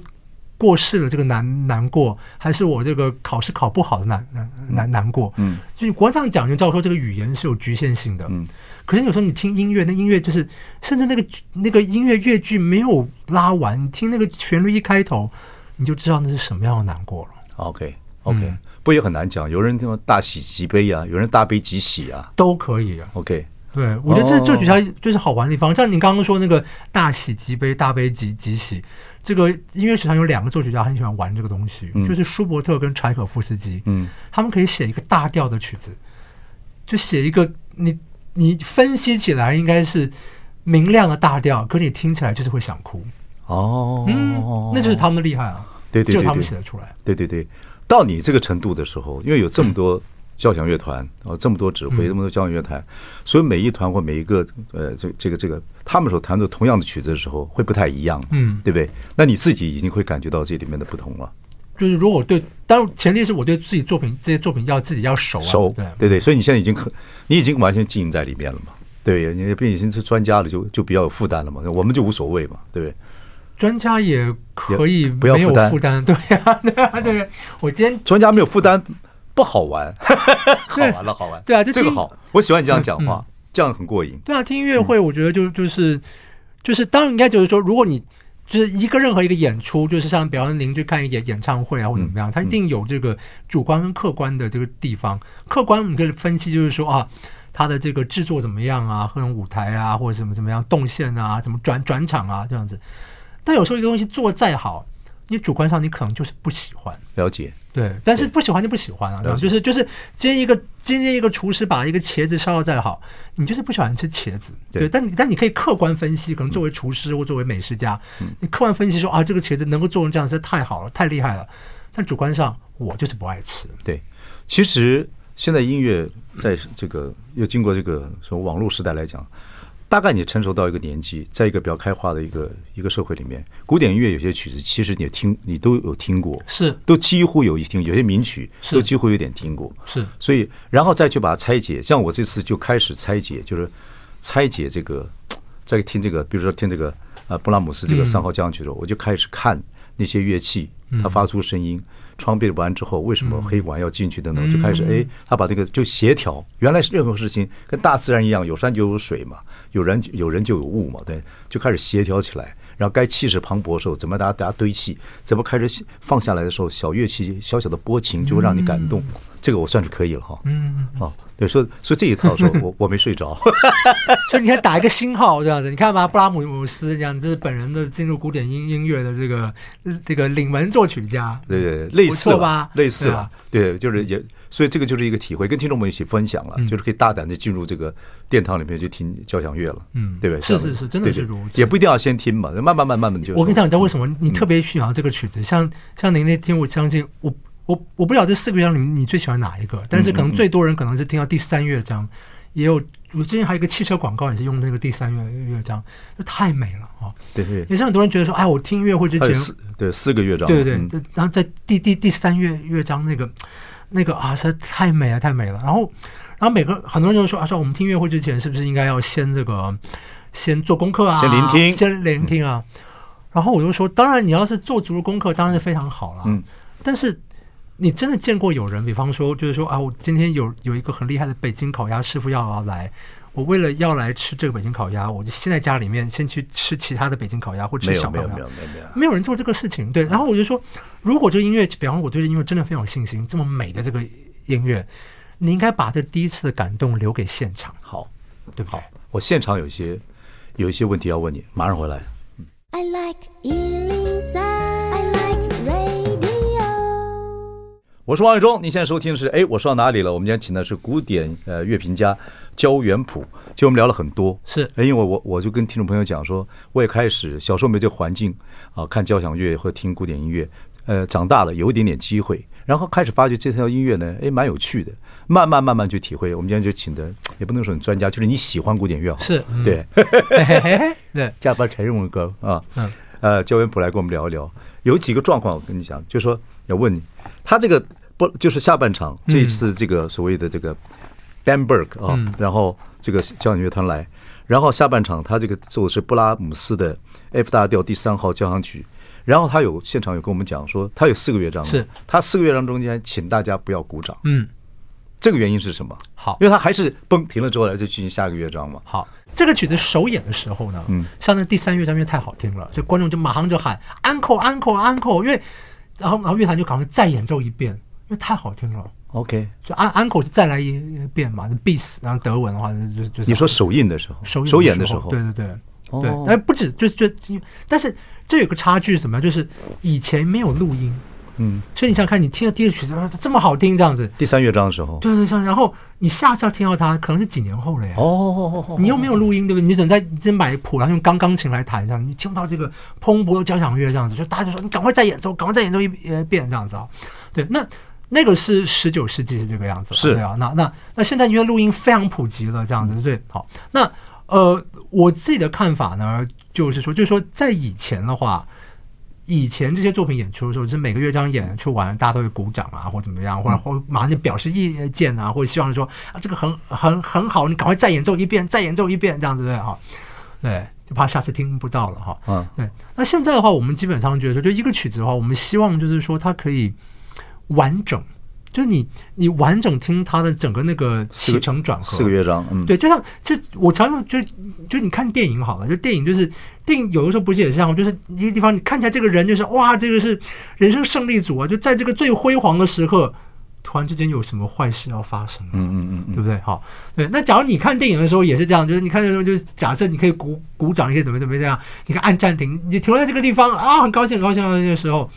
Speaker 2: 过世了这个难难过，还是我这个考试考不好的难难难难过？
Speaker 1: 嗯，
Speaker 2: 就是国上讲就知道说这个语言是有局限性的。
Speaker 1: 嗯，
Speaker 2: 可是有时候你听音乐，那音乐就是甚至那个那个音乐乐句没有拉完，你听那个旋律一开头，你就知道那是什么样的难过了。
Speaker 1: ，OK OK，、
Speaker 2: 嗯
Speaker 1: 不也很难讲？有人说大喜即悲啊，有人大悲即喜啊。
Speaker 2: 都可以啊，
Speaker 1: OK，
Speaker 2: 对，我觉得这
Speaker 1: 哦
Speaker 2: 是作曲家就是好玩的地方。像你刚刚说那个大喜即悲，大悲即即喜，这个音乐史上有两个作曲家很喜欢玩这个东西，
Speaker 1: 嗯
Speaker 2: 就是舒伯特跟柴可夫斯基。
Speaker 1: 嗯，
Speaker 2: 他们可以写一个大调的曲子，就写一个你你分析起来应该是明亮的大调，可你听起来就是会想哭。嗯
Speaker 1: 哦，
Speaker 2: 嗯，那就是他们的厉害啊。
Speaker 1: 对对对
Speaker 2: 只有他们
Speaker 1: 对
Speaker 2: 写得出来。
Speaker 1: 对对对，到你这个程度的时候，因为有这么多交响乐团啊、这么多指
Speaker 2: 嗯
Speaker 1: 挥，这么多交响乐团，所以每一团或每一个呃，这这个这个，他们所弹奏同样的曲子的时候，会不太一样，
Speaker 2: 嗯
Speaker 1: 对不对？那你自己已经会感觉到这里面的不同了，
Speaker 2: 就是如果对，当然前提是我对自己作品这些作品要自己要熟啊，
Speaker 1: 熟，
Speaker 2: 对
Speaker 1: 对对，所以你现在已经很，你已经完全经营在里面了嘛，对，你毕竟已经是专家了，就就比较有负担了嘛，我们就无所谓嘛，对不对？
Speaker 2: 专家也可以
Speaker 1: 也不要
Speaker 2: 没有
Speaker 1: 负担
Speaker 2: 负担， 对啊，对啊，对啊。我今天
Speaker 1: 专家没有负担，不好玩， 好玩了，好玩，
Speaker 2: 对啊就
Speaker 1: 这个
Speaker 2: 听
Speaker 1: 好，嗯我喜欢你这样讲话，这样很过瘾。
Speaker 2: 对啊，听音乐会，我觉得就就是就是，当然应该就是说，如果你就是一个任何一个演出，就是像比方说您去看一演演唱会啊，或者怎
Speaker 1: 嗯
Speaker 2: 么样，它一定有这个主观跟客观的这个地方。客观我们可以分析，就是说啊，它的这个制作怎么样啊，各种舞台啊，或者怎么怎么样动线啊，怎么转转场啊这样子。但有时候一个东西做再好，你主观上你可能就是不喜欢。
Speaker 1: 了解，
Speaker 2: 对，但是不喜欢就不喜欢啊，
Speaker 1: 了解
Speaker 2: 就是就是今天一个今天一个厨师把一个茄子烧的再好，你就是不喜欢吃茄子，
Speaker 1: 对
Speaker 2: 对，但你但你可以客观分析，可能作为厨师或作为美食家，
Speaker 1: 嗯
Speaker 2: 你客观分析说啊，这个茄子能够做成这样实在太好了，太厉害了，但主观上我就是不爱吃，
Speaker 1: 对，其实现在音乐在这个又经过这个什么网络时代来讲，大概你成熟到一个年纪，在一个比较开化的一个一个社会里面，古典音乐有些曲子其实你也听你都有听过，
Speaker 2: 是
Speaker 1: 都几乎有一听，有些名曲
Speaker 2: 是
Speaker 1: 都几乎有点听过，
Speaker 2: 是
Speaker 1: 所以然后再去把它拆解，像我这次就开始拆解，就是拆解这个，在听这个，比如说听这个呃布拉姆斯这个
Speaker 2: 嗯
Speaker 1: 三号交响曲的时候，我就开始看那些乐器它
Speaker 2: 嗯
Speaker 1: 发出声音，窗被完之后为什么黑管要进去等等，就开始
Speaker 2: 嗯
Speaker 1: 哎，他把这个就协调，原来是任何事情跟大自然一样，有山就有水嘛，有人有人就有雾嘛，对，就开始协调起来。然后该气势磅礴的时候，怎么大家大家堆砌，怎么开始放下来的时候，小乐器小小的拨琴就会让你感动，这个我算是可以了哈。
Speaker 2: 嗯，
Speaker 1: 哦，对，所以所以这一套的 时候，我我没睡着。
Speaker 2: 所以你看打一个星号这样子，你看吧，布拉姆斯这样，这是本人的进入古典音音乐的这个这个领门作曲家，
Speaker 1: 对对，对类似
Speaker 2: 不错吧
Speaker 1: 类似
Speaker 2: 对
Speaker 1: 吧
Speaker 2: 啊，嗯
Speaker 1: 对，就是也，所以这个就是一个体会，跟听众们一起分享了，就是可以大胆的进入这个殿堂里面去听交响乐了，
Speaker 2: 嗯
Speaker 1: 对不对？
Speaker 2: 是
Speaker 1: 这样
Speaker 2: 是是真的
Speaker 1: 对
Speaker 2: 是
Speaker 1: 对
Speaker 2: 如此
Speaker 1: 也不一定要先听嘛，慢慢慢慢的就。
Speaker 2: 我跟你讲，你知道为什么你特别喜欢这个曲子？像像您那天，我相信我我我不知道这四个乐章里面你最喜欢哪一个，但是可能最多人可能是听到第三乐章，也有我之前还有一个汽车广告也是用那个第三乐乐章，就太美了啊！哦
Speaker 1: 对对，
Speaker 2: 也是很多人觉得说，哎，我听音乐会之
Speaker 1: 它有
Speaker 2: 前，
Speaker 1: 四对四个乐章，
Speaker 2: 对对
Speaker 1: 嗯
Speaker 2: 对，然后在第第第三乐乐章那个那个啊，实在太美了，太美了。然后然后每个很多人就说，啊，说我们听音乐会之前是不是应该要先这个先做功课啊，
Speaker 1: 先聆听嗯
Speaker 2: 先聆听啊。然后我就说，当然你要是做足了功课，当然是非常好了。
Speaker 1: 嗯，
Speaker 2: 但是你真的见过有人，比方说，就是说啊，我今天有有一个很厉害的北京烤鸭师傅要来，我为了要来吃这个北京烤鸭，我就先在家里面先去吃其他的北京烤鸭或吃
Speaker 1: 没有
Speaker 2: 小
Speaker 1: 没
Speaker 2: 烤
Speaker 1: 有
Speaker 2: 鸭
Speaker 1: 没。有没有没有，
Speaker 2: 没有人做这个事情，对。然后我就说，如果这个音乐，比方说我对这音乐真的非常有信心，这么美的这个音乐，你应该把这第一次的感动留给现场，
Speaker 1: 好，
Speaker 2: 对不对？
Speaker 1: 我现场有些有一些问题要问你，马上回来。
Speaker 3: I like Ealing Sound. I like radio.
Speaker 1: 我是王伟忠，您现在收听的是哎，我说到哪里了？我们今天请的是古典呃乐评家焦元溥，其实我们聊了很多，
Speaker 2: 是
Speaker 1: 哎因为我我就跟听众朋友讲说，我也开始小时候没这个环境啊，看交响乐或听古典音乐，呃，长大了有一点点机会，然后开始发觉这条音乐呢，哎，蛮有趣的，慢慢慢慢去体会。我们今天就请的也不能说很专家，就是你喜欢古典乐好了，
Speaker 2: 是嗯
Speaker 1: 对，
Speaker 2: 对，
Speaker 1: 加班陈荣哥啊，
Speaker 2: 嗯
Speaker 1: 呃，焦元溥来跟我们聊一聊，有几个状况，我跟你讲，就说要问你，他这个不就是下半场这一次这个所谓的这个 Danberg 啊，
Speaker 2: 嗯
Speaker 1: 然后这个交响乐团来，然后下半场他这个奏的是布拉姆斯的 F 大调第三号交响曲。然后他有现场有跟我们讲说，他有四个乐章，
Speaker 2: 是
Speaker 1: 他四个乐章中间，请大家不要鼓掌，
Speaker 2: 嗯，
Speaker 1: 这个原因是什么？
Speaker 2: 好
Speaker 1: 因为他还是崩停了之后来就进行下个乐章嘛。
Speaker 2: 好。这个曲子首演的时候呢，嗯，像那第三乐章因为太好听了，所以观众就马上就喊 uncle uncle uncle，因为然后然后乐坛就赶快再演奏一遍，因为太好听了。
Speaker 1: OK，
Speaker 2: 就 un uncle 是再来一一遍嘛，bis，然后德文的话就就就是
Speaker 1: 你说首映的时候，
Speaker 2: 首
Speaker 1: 首
Speaker 2: 演
Speaker 1: 演
Speaker 2: 的
Speaker 1: 的时候，
Speaker 2: 对对对，
Speaker 1: 哦
Speaker 2: 对，但不止就就，但是这有个差距是什么样？就是以前没有录音，
Speaker 1: 嗯，
Speaker 2: 所以你想想看，你听了第一个曲子，啊这么好听这样子，
Speaker 1: 第三乐章的时候，
Speaker 2: 对对，像然后你下次要听到它，可能是几年后了呀。
Speaker 1: 哦哦哦哦，
Speaker 2: 你又没有录音，对不对？你只能在你只能买谱，然后用钢钢琴来弹，这样你听不到这个蓬勃的交响乐这样子，就大家就说你赶快再演奏，赶快再演奏一呃遍这样子啊。对，那那个是十九世纪是这个样子吧，
Speaker 1: 是
Speaker 2: 对啊。那那那现在因为录音非常普及了，这样子对。好，那呃，我自己的看法呢，就是说，就是说在以前的话。以前这些作品演出的时候，就是每个乐章演出完，大家都会鼓掌啊，或怎么样，
Speaker 1: 嗯
Speaker 2: 或者或马上就表示意见啊，或者希望说啊这个很很很好，你赶快再演奏一遍，再演奏一遍，这样子对哈？对，就怕下次听不到了哈。
Speaker 1: 嗯
Speaker 2: 对，那现在的话，我们基本上觉得说，就一个曲子的话，我们希望就是说它可以完整，就是你你完整听它的整个那个
Speaker 1: 四个
Speaker 2: 起承转合，
Speaker 1: 四个乐章，嗯，
Speaker 2: 哦对，就像这，我常常就就你看电影好了，就电影就是电影，有的时候不是也是这样，就是一些地方你看起来这个人就是哇，这个是人生胜利组啊，就在这个最辉煌的时刻，突然之间有什么坏事要发生了，啊
Speaker 1: 嗯嗯嗯嗯，
Speaker 2: 对不对？好，对。那假如你看电影的时候也是这样，就是你看的时候，就是假设你可以鼓鼓掌，你可以怎么怎么这样，你可以按暂停，你停留在这个地方啊，很高兴很高兴的那个时候，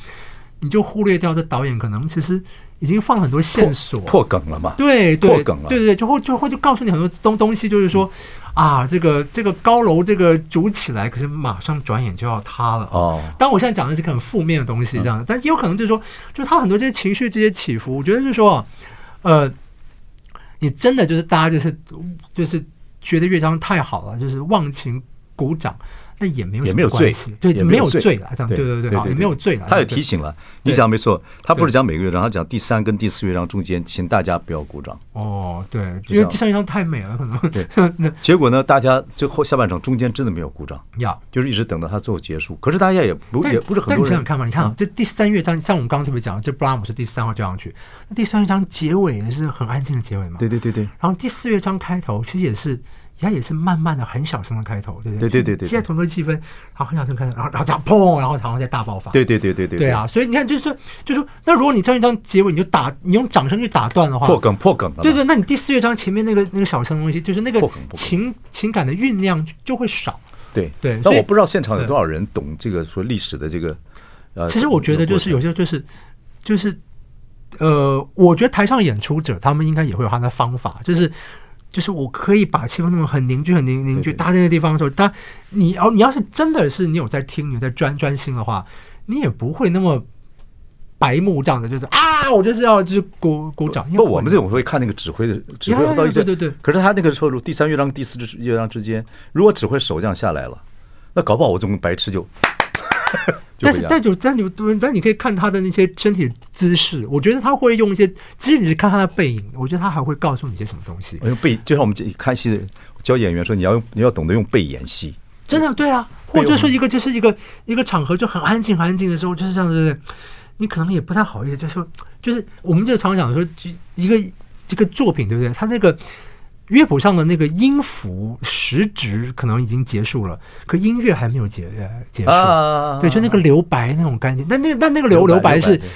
Speaker 2: 你就忽略掉这导演可能其实已经放很多线索，啊
Speaker 1: 破梗了嘛，
Speaker 2: 对对
Speaker 1: 破梗了
Speaker 2: 对对对，就会就会就告诉你很多东东西，就是说啊，这个这个高楼这个筑起来，可是马上转眼就要塌了。
Speaker 1: 哦，嗯
Speaker 2: 当然，我现在讲的是很负面的东西，这样，但也有可能就是说，就是他很多这些情绪、这些起伏，我觉得就是说，呃，你真的就是大家就是就是觉得乐章太好了，就是忘情鼓掌，那也没有什
Speaker 1: 也
Speaker 2: 么
Speaker 1: 没有罪
Speaker 2: 关系，对，
Speaker 1: 也
Speaker 2: 没
Speaker 1: 没
Speaker 2: 有
Speaker 1: 有
Speaker 2: 罪了，这样，对对对，好也没有罪了。
Speaker 1: 他也
Speaker 2: 对
Speaker 1: 提醒了，你
Speaker 2: 对
Speaker 1: 讲得没错，他不
Speaker 2: 对
Speaker 1: 是讲每个乐章，他讲第三跟第四乐章中间，请大家不要鼓掌。
Speaker 2: 哦，对，
Speaker 1: 就
Speaker 2: 因为
Speaker 1: 像
Speaker 2: 第三乐章太美了，可能
Speaker 1: 对
Speaker 2: 那
Speaker 1: 结果呢，大家最后下半场中间真的没有鼓掌，
Speaker 2: 呀。
Speaker 1: 就是一直等到他最后结束。可是大家也不
Speaker 2: 但
Speaker 1: 也不是很
Speaker 2: 但你
Speaker 1: 多
Speaker 2: 想想
Speaker 1: 人，嗯
Speaker 2: 看嘛，你看啊，这第三乐章，像我们刚刚特别讲的，这布拉姆是第三号交响曲，那第三乐章结尾也是很安静的结尾嘛。
Speaker 1: 对对对对，
Speaker 2: 然后第四乐章开头其实也是，它也是慢慢的、很小声的开头，对不对？
Speaker 1: 对对对对对
Speaker 2: 现在同个气氛，然后很小声开头，然后然后这样砰，然后然后再大爆发。
Speaker 1: 对对对对对
Speaker 2: 对，啊，所以你看，就是说就是说，那如果你这一章结尾你就打，你用掌声去打断的话，
Speaker 1: 破梗破梗了，
Speaker 2: 对对，那你第四乐章前面那个那个小声的东西，就是那个
Speaker 1: 破梗破梗
Speaker 2: 情情感的酝酿就就会少。
Speaker 1: 对
Speaker 2: 对所
Speaker 1: 但
Speaker 2: 以
Speaker 1: 我不知道现场有多少人懂这个说历史的这个，呃，
Speaker 2: 其实我觉得就是有
Speaker 1: 些
Speaker 2: 些就是就是呃，我觉得台上演出者他们应该也会有他的方法，就是。就是我可以把气氛弄得很凝聚、很凝凝聚，
Speaker 1: 对对
Speaker 2: 搭在那个地方的时候，当你要你要是真的是你有在听、你有在专专心的话，你也不会那么白目这样的，就是啊，我就是要就是鼓鼓掌。
Speaker 1: 不，我们这种会看那个指挥的指挥
Speaker 2: 呀呀
Speaker 1: 到一些，
Speaker 2: 对对对
Speaker 1: 可是他那个时候，第三乐章、第四乐章之间，如果指挥首这样下来了，那搞不好我这种白痴就，就会
Speaker 2: 但是
Speaker 1: 这样
Speaker 2: 但就但你但你可以看他的那些身体姿势，我觉得他会用一些，即使你是看他的背影，我觉得他还会告诉你些什么东西。
Speaker 1: 哎呦背，就像我们这看戏的教演员说，你要用你要懂得用背演戏，
Speaker 2: 真的对啊，或者说一个就是一个一个场合就很安静很安静的时候，就是这样子，对不对你可能也不太好意思，就是说就是我们就常讲说，就一个这个作品对不对？它那个乐谱上的那个音符时值可能已经结束了，可音乐还没有结呃结束，
Speaker 1: 啊
Speaker 2: 对，就那个留白那种干净，但那但那个留
Speaker 1: 留
Speaker 2: 留
Speaker 1: 白
Speaker 2: 白
Speaker 1: 留白
Speaker 2: 是
Speaker 1: 对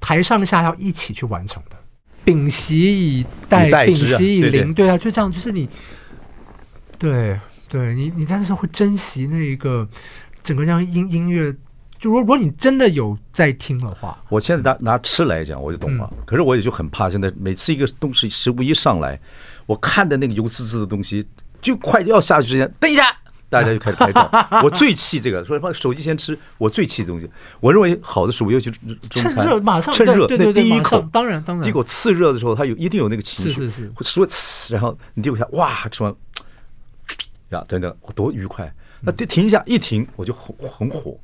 Speaker 2: 台上下要一起去完成的，屏息以
Speaker 1: 以
Speaker 2: 待，
Speaker 1: 待
Speaker 2: 屏
Speaker 1: 之啊
Speaker 2: 息以
Speaker 1: 对对
Speaker 2: 临，对啊，就这样，就是你，对对，你你在那时候会珍惜那一个整个这样音音乐，就如果如果你真的有在听的话，
Speaker 1: 我现在拿拿吃来讲，我就懂
Speaker 2: 嗯
Speaker 1: 了。可是我也就很怕，现在每次一个东西食物一上来，我看的那个油滋滋的东西，就快要下去之前，等一下，大家就开始拍 照。我最气这个，说什么手机先吃，我最气的东西。我认为好的食物，尤其是中
Speaker 2: 趁
Speaker 1: 餐，
Speaker 2: 热马上
Speaker 1: 趁热，
Speaker 2: 对对对
Speaker 1: 那
Speaker 2: 对
Speaker 1: 第一
Speaker 2: 马
Speaker 1: 口
Speaker 2: 上，当然当然
Speaker 1: 第一口次热的时候，它有一定有那个情绪，
Speaker 2: 是是是
Speaker 1: 会说呲，然后你丢一下，哇，吃完，呀，真的我多愉快。那
Speaker 2: 嗯
Speaker 1: 停停一下，一停我就很很火，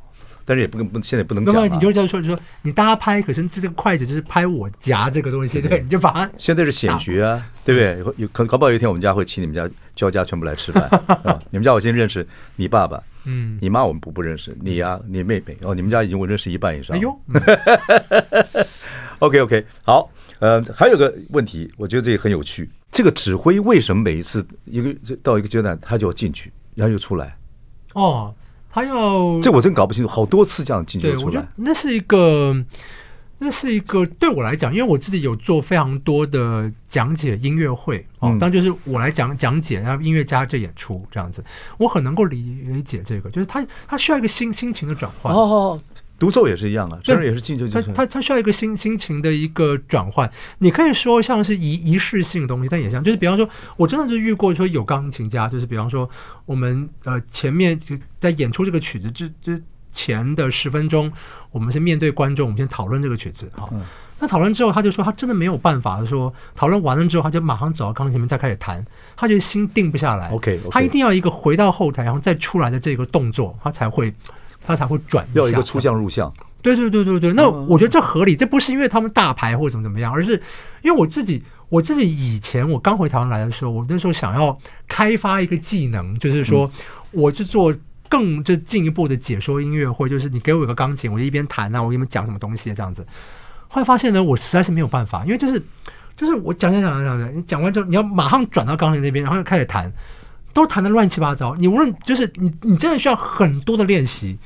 Speaker 1: 但是也不跟不现在也不能
Speaker 2: 那
Speaker 1: 讲
Speaker 2: 么
Speaker 1: 了。
Speaker 2: 你就这样说，你说你大家拍，可是这个筷子就是拍我夹这个东西，对，你就把它
Speaker 1: 现在是显学啊，对不对？有有可搞不好有一天我们家会请你们家焦家全部来吃 饭啊！你们家我先认识你爸爸，
Speaker 2: 嗯
Speaker 1: 你妈我们不不认识，你呀、你妹妹哦，你们家已经我认识一半以上。
Speaker 2: 哎呦，
Speaker 1: ，OK OK，好，呃，还有个问题，我觉得这个很有趣。这个指挥为什么每一次一个到一个阶段他就要进去，然后又出来？
Speaker 2: 哦，他要
Speaker 1: 这我真搞不清楚，好多次这样进去
Speaker 2: 对，
Speaker 1: 又出
Speaker 2: 我觉
Speaker 1: 来
Speaker 2: 得。那是一个，那是一个对我来讲，因为我自己有做非常多的讲解音乐会哦，
Speaker 1: 嗯
Speaker 2: 当然就是我来讲讲解，然后音乐家这演出这样子，我很能够理理解这个，就是他他需要一个心心情的转换。
Speaker 1: 哦，独奏也是一样啊，
Speaker 2: 对
Speaker 1: 虽然也是进就
Speaker 2: 它
Speaker 1: 进去。
Speaker 2: 它它需要一个心心情的一个转换，你可以说像是仪仪式性的东西，但也像就是比方说，我真的就遇过说有钢琴家，就是比方说我们呃前面就在演出这个曲子之之前的十分钟，我们先面对观众，我们先讨论这个曲子哈。
Speaker 1: 嗯
Speaker 2: 那讨论之后，他就说他真的没有办法，说讨论完了之后，他就马上走到钢琴前面再开始弹，他觉得心定不下来。
Speaker 1: OK，OK
Speaker 2: 他一定要一个回到后台，然后再出来的这个动作，他才会他才会转一下
Speaker 1: 要一个出将入相，
Speaker 2: 对对对对对，那我觉得这合理，这不是因为他们大牌或者怎么怎么样，而是因为我自己，我自己以前我刚回台湾来的时候，我那时候想要开发一个技能，就是说，我去做更这进一步的解说音乐会，就是你给我一个钢琴，我就一边弹啊，我一边讲什么东西这样子。后来发现呢，我实在是没有办法，因为就是就是我讲讲讲讲讲，你讲完之后，你要马上转到钢琴那边，然后就开始弹，都弹的乱七八糟。你无论就是你，你真的需要很多的练习，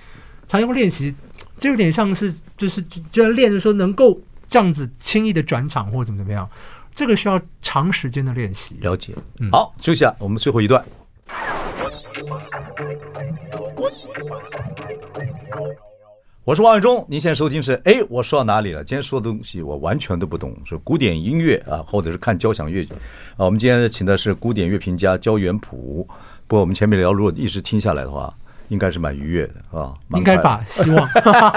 Speaker 2: 才能够练习。这有点像是就是就就要练，就是说能够这样子轻易的转场或者怎么怎么样，这个需要长时间的练习。
Speaker 1: 了解
Speaker 2: 嗯。
Speaker 1: 好，休息一下，我们最后一段。我是王伟忠，您现在收听是哎，我说到哪里了？今天说的东西我完全都不懂，是古典音乐啊，或者是看交响乐啊。我们今天请的是古典乐评家焦元溥，不过我们前面聊，如果一直听下来的话，应该是蛮愉悦的啊，蛮
Speaker 2: 应
Speaker 1: 快
Speaker 2: 该
Speaker 1: 乐
Speaker 2: 吧，希望。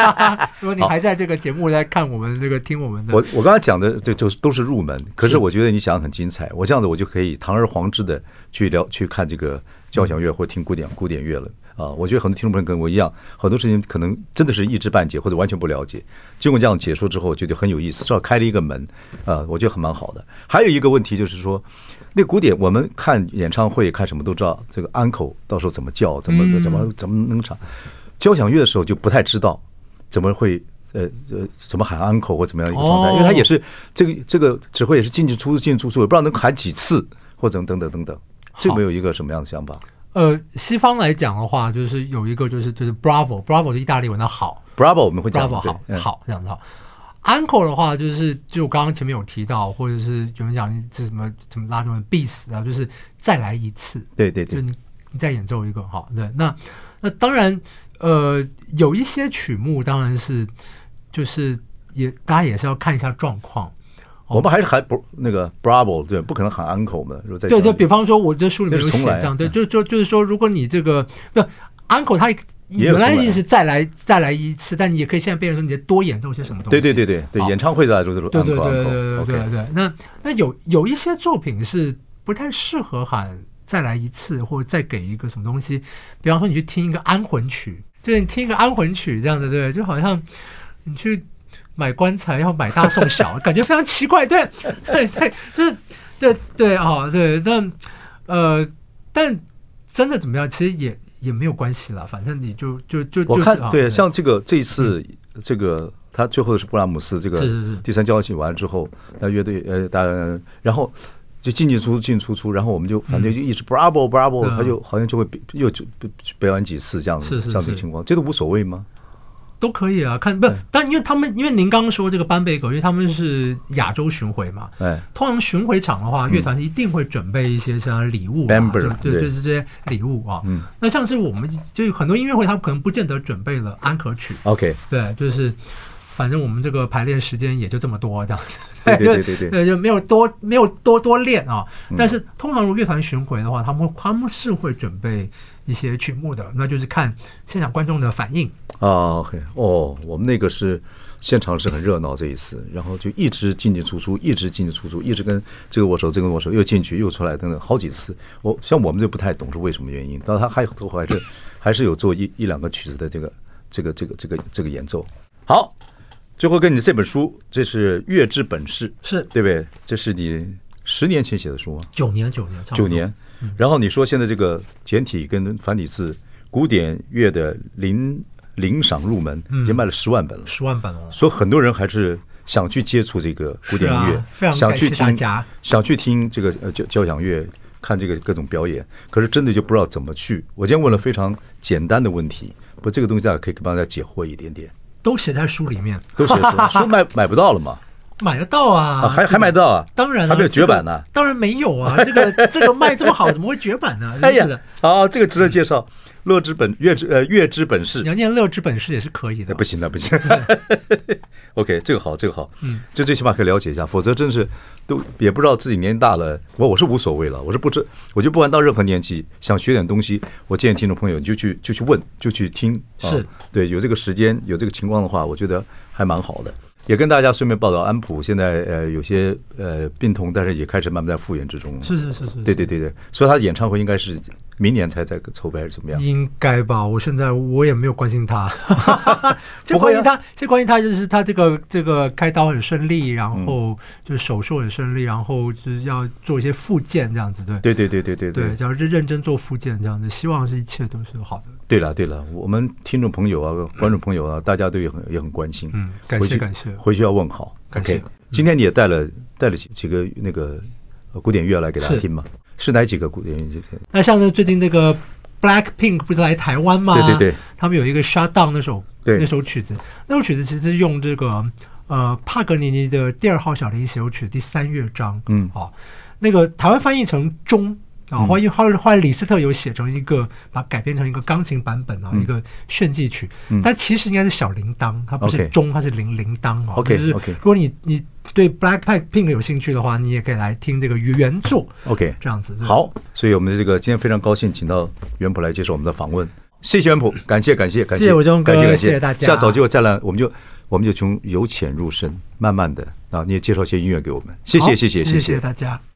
Speaker 2: 如果你还在这个节目在看我们这个听我们的，
Speaker 1: 我我刚才讲的，对，就是都是入门。可是我觉得你讲的很精彩，我这样子我就可以堂而皇之的去聊去看这个交响乐或听古典古典乐了啊！我觉得很多听众朋友跟我一样，很多事情可能真的是一知半解或者完全不了解。经过这样解说之后，觉得很有意思，至少开了一个门啊，我觉得很蛮好的。还有一个问题就是说，那古典我们看演唱会看什么都知道，这个安口到时候怎么叫，怎么怎么怎么能唱。交响乐的时候就不太知道怎么会呃呃怎么喊 uncle 或怎么样一个状态，
Speaker 2: 哦
Speaker 1: 因为他也是这个这个指挥也是进进出出进进出出，也不知道能喊几次或者等等等等，这
Speaker 2: 好
Speaker 1: 个没有一个什么样的想法。
Speaker 2: 呃，西方来讲的话，就是有一个就是就是 bravo，bravo 是意大利文的好
Speaker 1: Bravo，我们会讲对
Speaker 2: ，bravo 好
Speaker 1: 嗯
Speaker 2: 好这样子好。uncle 的话就是就我刚刚前面有提到，或者是有人讲这什么什么拉丁文 bis 啊，就是再来一次，
Speaker 1: 对对
Speaker 2: 就
Speaker 1: 对，
Speaker 2: 你你再演奏一个哈，对，那那当然，呃，有一些曲目当然是就是也大家也是要看一下状况，
Speaker 1: 我们还是喊不那个 Bravo，对，不可能喊 uncle 嘛，如果在
Speaker 2: 对，就
Speaker 1: 这
Speaker 2: 比
Speaker 1: 里
Speaker 2: 方说我这书里面
Speaker 1: 那
Speaker 2: 有
Speaker 1: 是
Speaker 2: 写
Speaker 1: 重来啊
Speaker 2: 这样，对，就就就是说，如果你这个不 uncle 他
Speaker 1: 也有
Speaker 2: 原来
Speaker 1: 重来
Speaker 2: 意思再来再来一次，但你也可以现在变成说你再多演奏些什么东西，
Speaker 1: 对对对对对，
Speaker 2: 好
Speaker 1: 演唱会的就是
Speaker 2: 对对
Speaker 1: uncle
Speaker 2: 对对对
Speaker 1: uncle
Speaker 2: 对
Speaker 1: OK
Speaker 2: 对对。那那有有一些作品是不太适合喊再来一次，或者再给一个什么东西。比方说，你去听一个安魂曲，就是你听一个安魂曲这样子，对，就好像你去买棺材要买大送小，感觉非常奇怪。对 对对，就是对对啊、哦，对，但呃，但真的怎么样，其实也也没有关系啦，反正你就就就
Speaker 1: 我
Speaker 2: 就是
Speaker 1: 看
Speaker 2: 啊嗯
Speaker 1: 对，像这个这一次这个他最后是布拉姆斯这个
Speaker 2: 是是是
Speaker 1: 第三交响曲完了之后，那乐队呃大然后就进进出出进进出出，然后我们就反正就一直 bravo bravo，
Speaker 2: 嗯
Speaker 1: 他就好像就会比又就就就表演几次这样
Speaker 2: 是
Speaker 1: 子
Speaker 2: 是
Speaker 1: 这样的
Speaker 2: 是
Speaker 1: 情况，这都无所谓吗？
Speaker 2: 都可以啊，看不，
Speaker 1: 嗯
Speaker 2: 但因为他们，因为您刚刚说这个班贝狗，因为他们是亚洲巡回嘛，
Speaker 1: 哎，
Speaker 2: 通常巡回场的话，乐团是一定会准备一些像礼物、啊，
Speaker 1: Bamber，
Speaker 2: 就就
Speaker 1: 对
Speaker 2: 就是这些礼物啊。
Speaker 1: 嗯
Speaker 2: 那像是我们就很多音乐会，他们可能不见得准备了安可曲，
Speaker 1: ，OK，
Speaker 2: 对，就是反正我们这个排练时间也就这么多这样子，
Speaker 1: 对对
Speaker 2: 就
Speaker 1: 对嗯对对，
Speaker 2: 对，就没有多没有多多练啊。但是通常如果乐团巡回的话，他们会他们是会准备一些曲目的，那就是看现场观众的反应。
Speaker 1: 啊，OK，哦，我们那个是现场是很热闹这一次，然后就一直进进出出，一直进进出出，一直跟这个握手，这个握手，又进去又出来，等等，好几次。我像我们就不太懂是为什么原因，但他还有还是还是有做一一两个曲子的这个这个这个这个这个演奏。好，最后跟你这本书，这是《乐之本事》，
Speaker 2: 是
Speaker 1: 对不对？这是你十年前写的书吗？
Speaker 2: 九年，九年，差不多
Speaker 1: 九年。
Speaker 2: 嗯
Speaker 1: 然后你说现在这个简体跟繁体字古典乐的零零赏入门，
Speaker 2: 嗯
Speaker 1: 已经卖了十万本了，
Speaker 2: 十万本哦。
Speaker 1: 所以很多人还是想去接触这个古典音
Speaker 2: 是
Speaker 1: 乐
Speaker 2: 啊，非常
Speaker 1: 想
Speaker 2: 感谢
Speaker 1: 去
Speaker 2: 大
Speaker 1: 听
Speaker 2: 家，
Speaker 1: 想去听这个呃交交响乐，看这个各种表演，可是真的就不知道怎么去。我今天问了非常简单的问题，不，这个东西大家可以帮大家解惑一点点。
Speaker 2: 都写在书里面。
Speaker 1: 都写出来，书卖买不到了嘛？
Speaker 2: 买得到 啊，
Speaker 1: 啊还
Speaker 2: 这个
Speaker 1: 还买得到啊
Speaker 2: 当然了
Speaker 1: 还没有绝版呢
Speaker 2: 这个当然没有 啊，这个这个卖这么好，怎么会绝版呢？
Speaker 1: 哎
Speaker 2: 真
Speaker 1: 呀
Speaker 2: 是的，，
Speaker 1: 啊，这个值得介绍，乐之本月之呃月之本是
Speaker 2: 你要念乐之本事也是可以
Speaker 1: 那
Speaker 2: 的
Speaker 1: 哎不。行，那不行。OK，这个好，这个好，
Speaker 2: 嗯，
Speaker 1: 这最起码可以了解一下，否则真是都也不知道自己年纪大了。我我是无所谓了，我是不知，我就不管到任何年纪，想学点东西，我建议听众朋友你就去就去问，就去听。啊
Speaker 2: 是，
Speaker 1: 对，有这个时间，有这个情况的话，我觉得还蛮好的。也跟大家顺便报道，安普现在呃有些呃病痛，但是也开始慢慢在复原之中。
Speaker 2: 是是是是是
Speaker 1: 对对对对，所以他的演唱会应该是明年才在筹备还是怎么样？
Speaker 2: 应该吧，我现在我也没有关 心他，这
Speaker 1: 不会啊
Speaker 2: 关心他，这关心他就是他这个这个开刀很顺利，然
Speaker 1: 嗯
Speaker 2: 后就是手术很顺利，然后就是要做一些复健这样子，对
Speaker 1: 对对对对对
Speaker 2: 对，然后就认真做复健这样子，希望是一切都是好的。
Speaker 1: 对了对了，我们听众朋友啊、观众朋友啊，大家都也很也很关心。
Speaker 2: 嗯感谢
Speaker 1: 回去
Speaker 2: 感谢
Speaker 1: 回去要问好。
Speaker 2: 感谢嗯
Speaker 1: OK，今天你也带了带了几几个那个呃古典乐来给大家
Speaker 2: 是
Speaker 1: 听吗？是哪几个古典乐？
Speaker 2: 那像呢，最近那个 Black Pink 不是来台湾吗？
Speaker 1: 对对对，
Speaker 2: 他们有一个 Shut Down 那首
Speaker 1: 对
Speaker 2: 那首曲子，那首曲子其实是用这个呃帕格尼尼的第二号小提琴协奏曲第三乐章，
Speaker 1: 嗯
Speaker 2: 哦，那个台湾翻译成钟。啊，后来后来后来李斯特有写成一个，把它改编成一个钢琴版本
Speaker 1: 嗯
Speaker 2: 啊，一个炫技曲，但其实应该是小铃铛，它不是
Speaker 1: OK
Speaker 2: 钟，它是铃铃铛啊。
Speaker 1: OK，
Speaker 2: 就是
Speaker 1: OK
Speaker 2: 如果你你对 Black Pink 有兴趣的话，你也可以来听这个原作
Speaker 1: OK，
Speaker 2: 这样子。对
Speaker 1: 好，所以我们这个今天非常高兴请到袁普来接受我们的访问，谢谢袁普，感谢感谢感谢，
Speaker 2: 谢谢伟忠哥
Speaker 1: 感谢感
Speaker 2: 谢谢大家
Speaker 1: 下早就再来，我们就我们就从由浅入深，慢慢的啊，你也介绍一些音乐给我们，谢
Speaker 2: 好
Speaker 1: 谢谢谢
Speaker 2: 谢
Speaker 1: 谢
Speaker 2: 大家。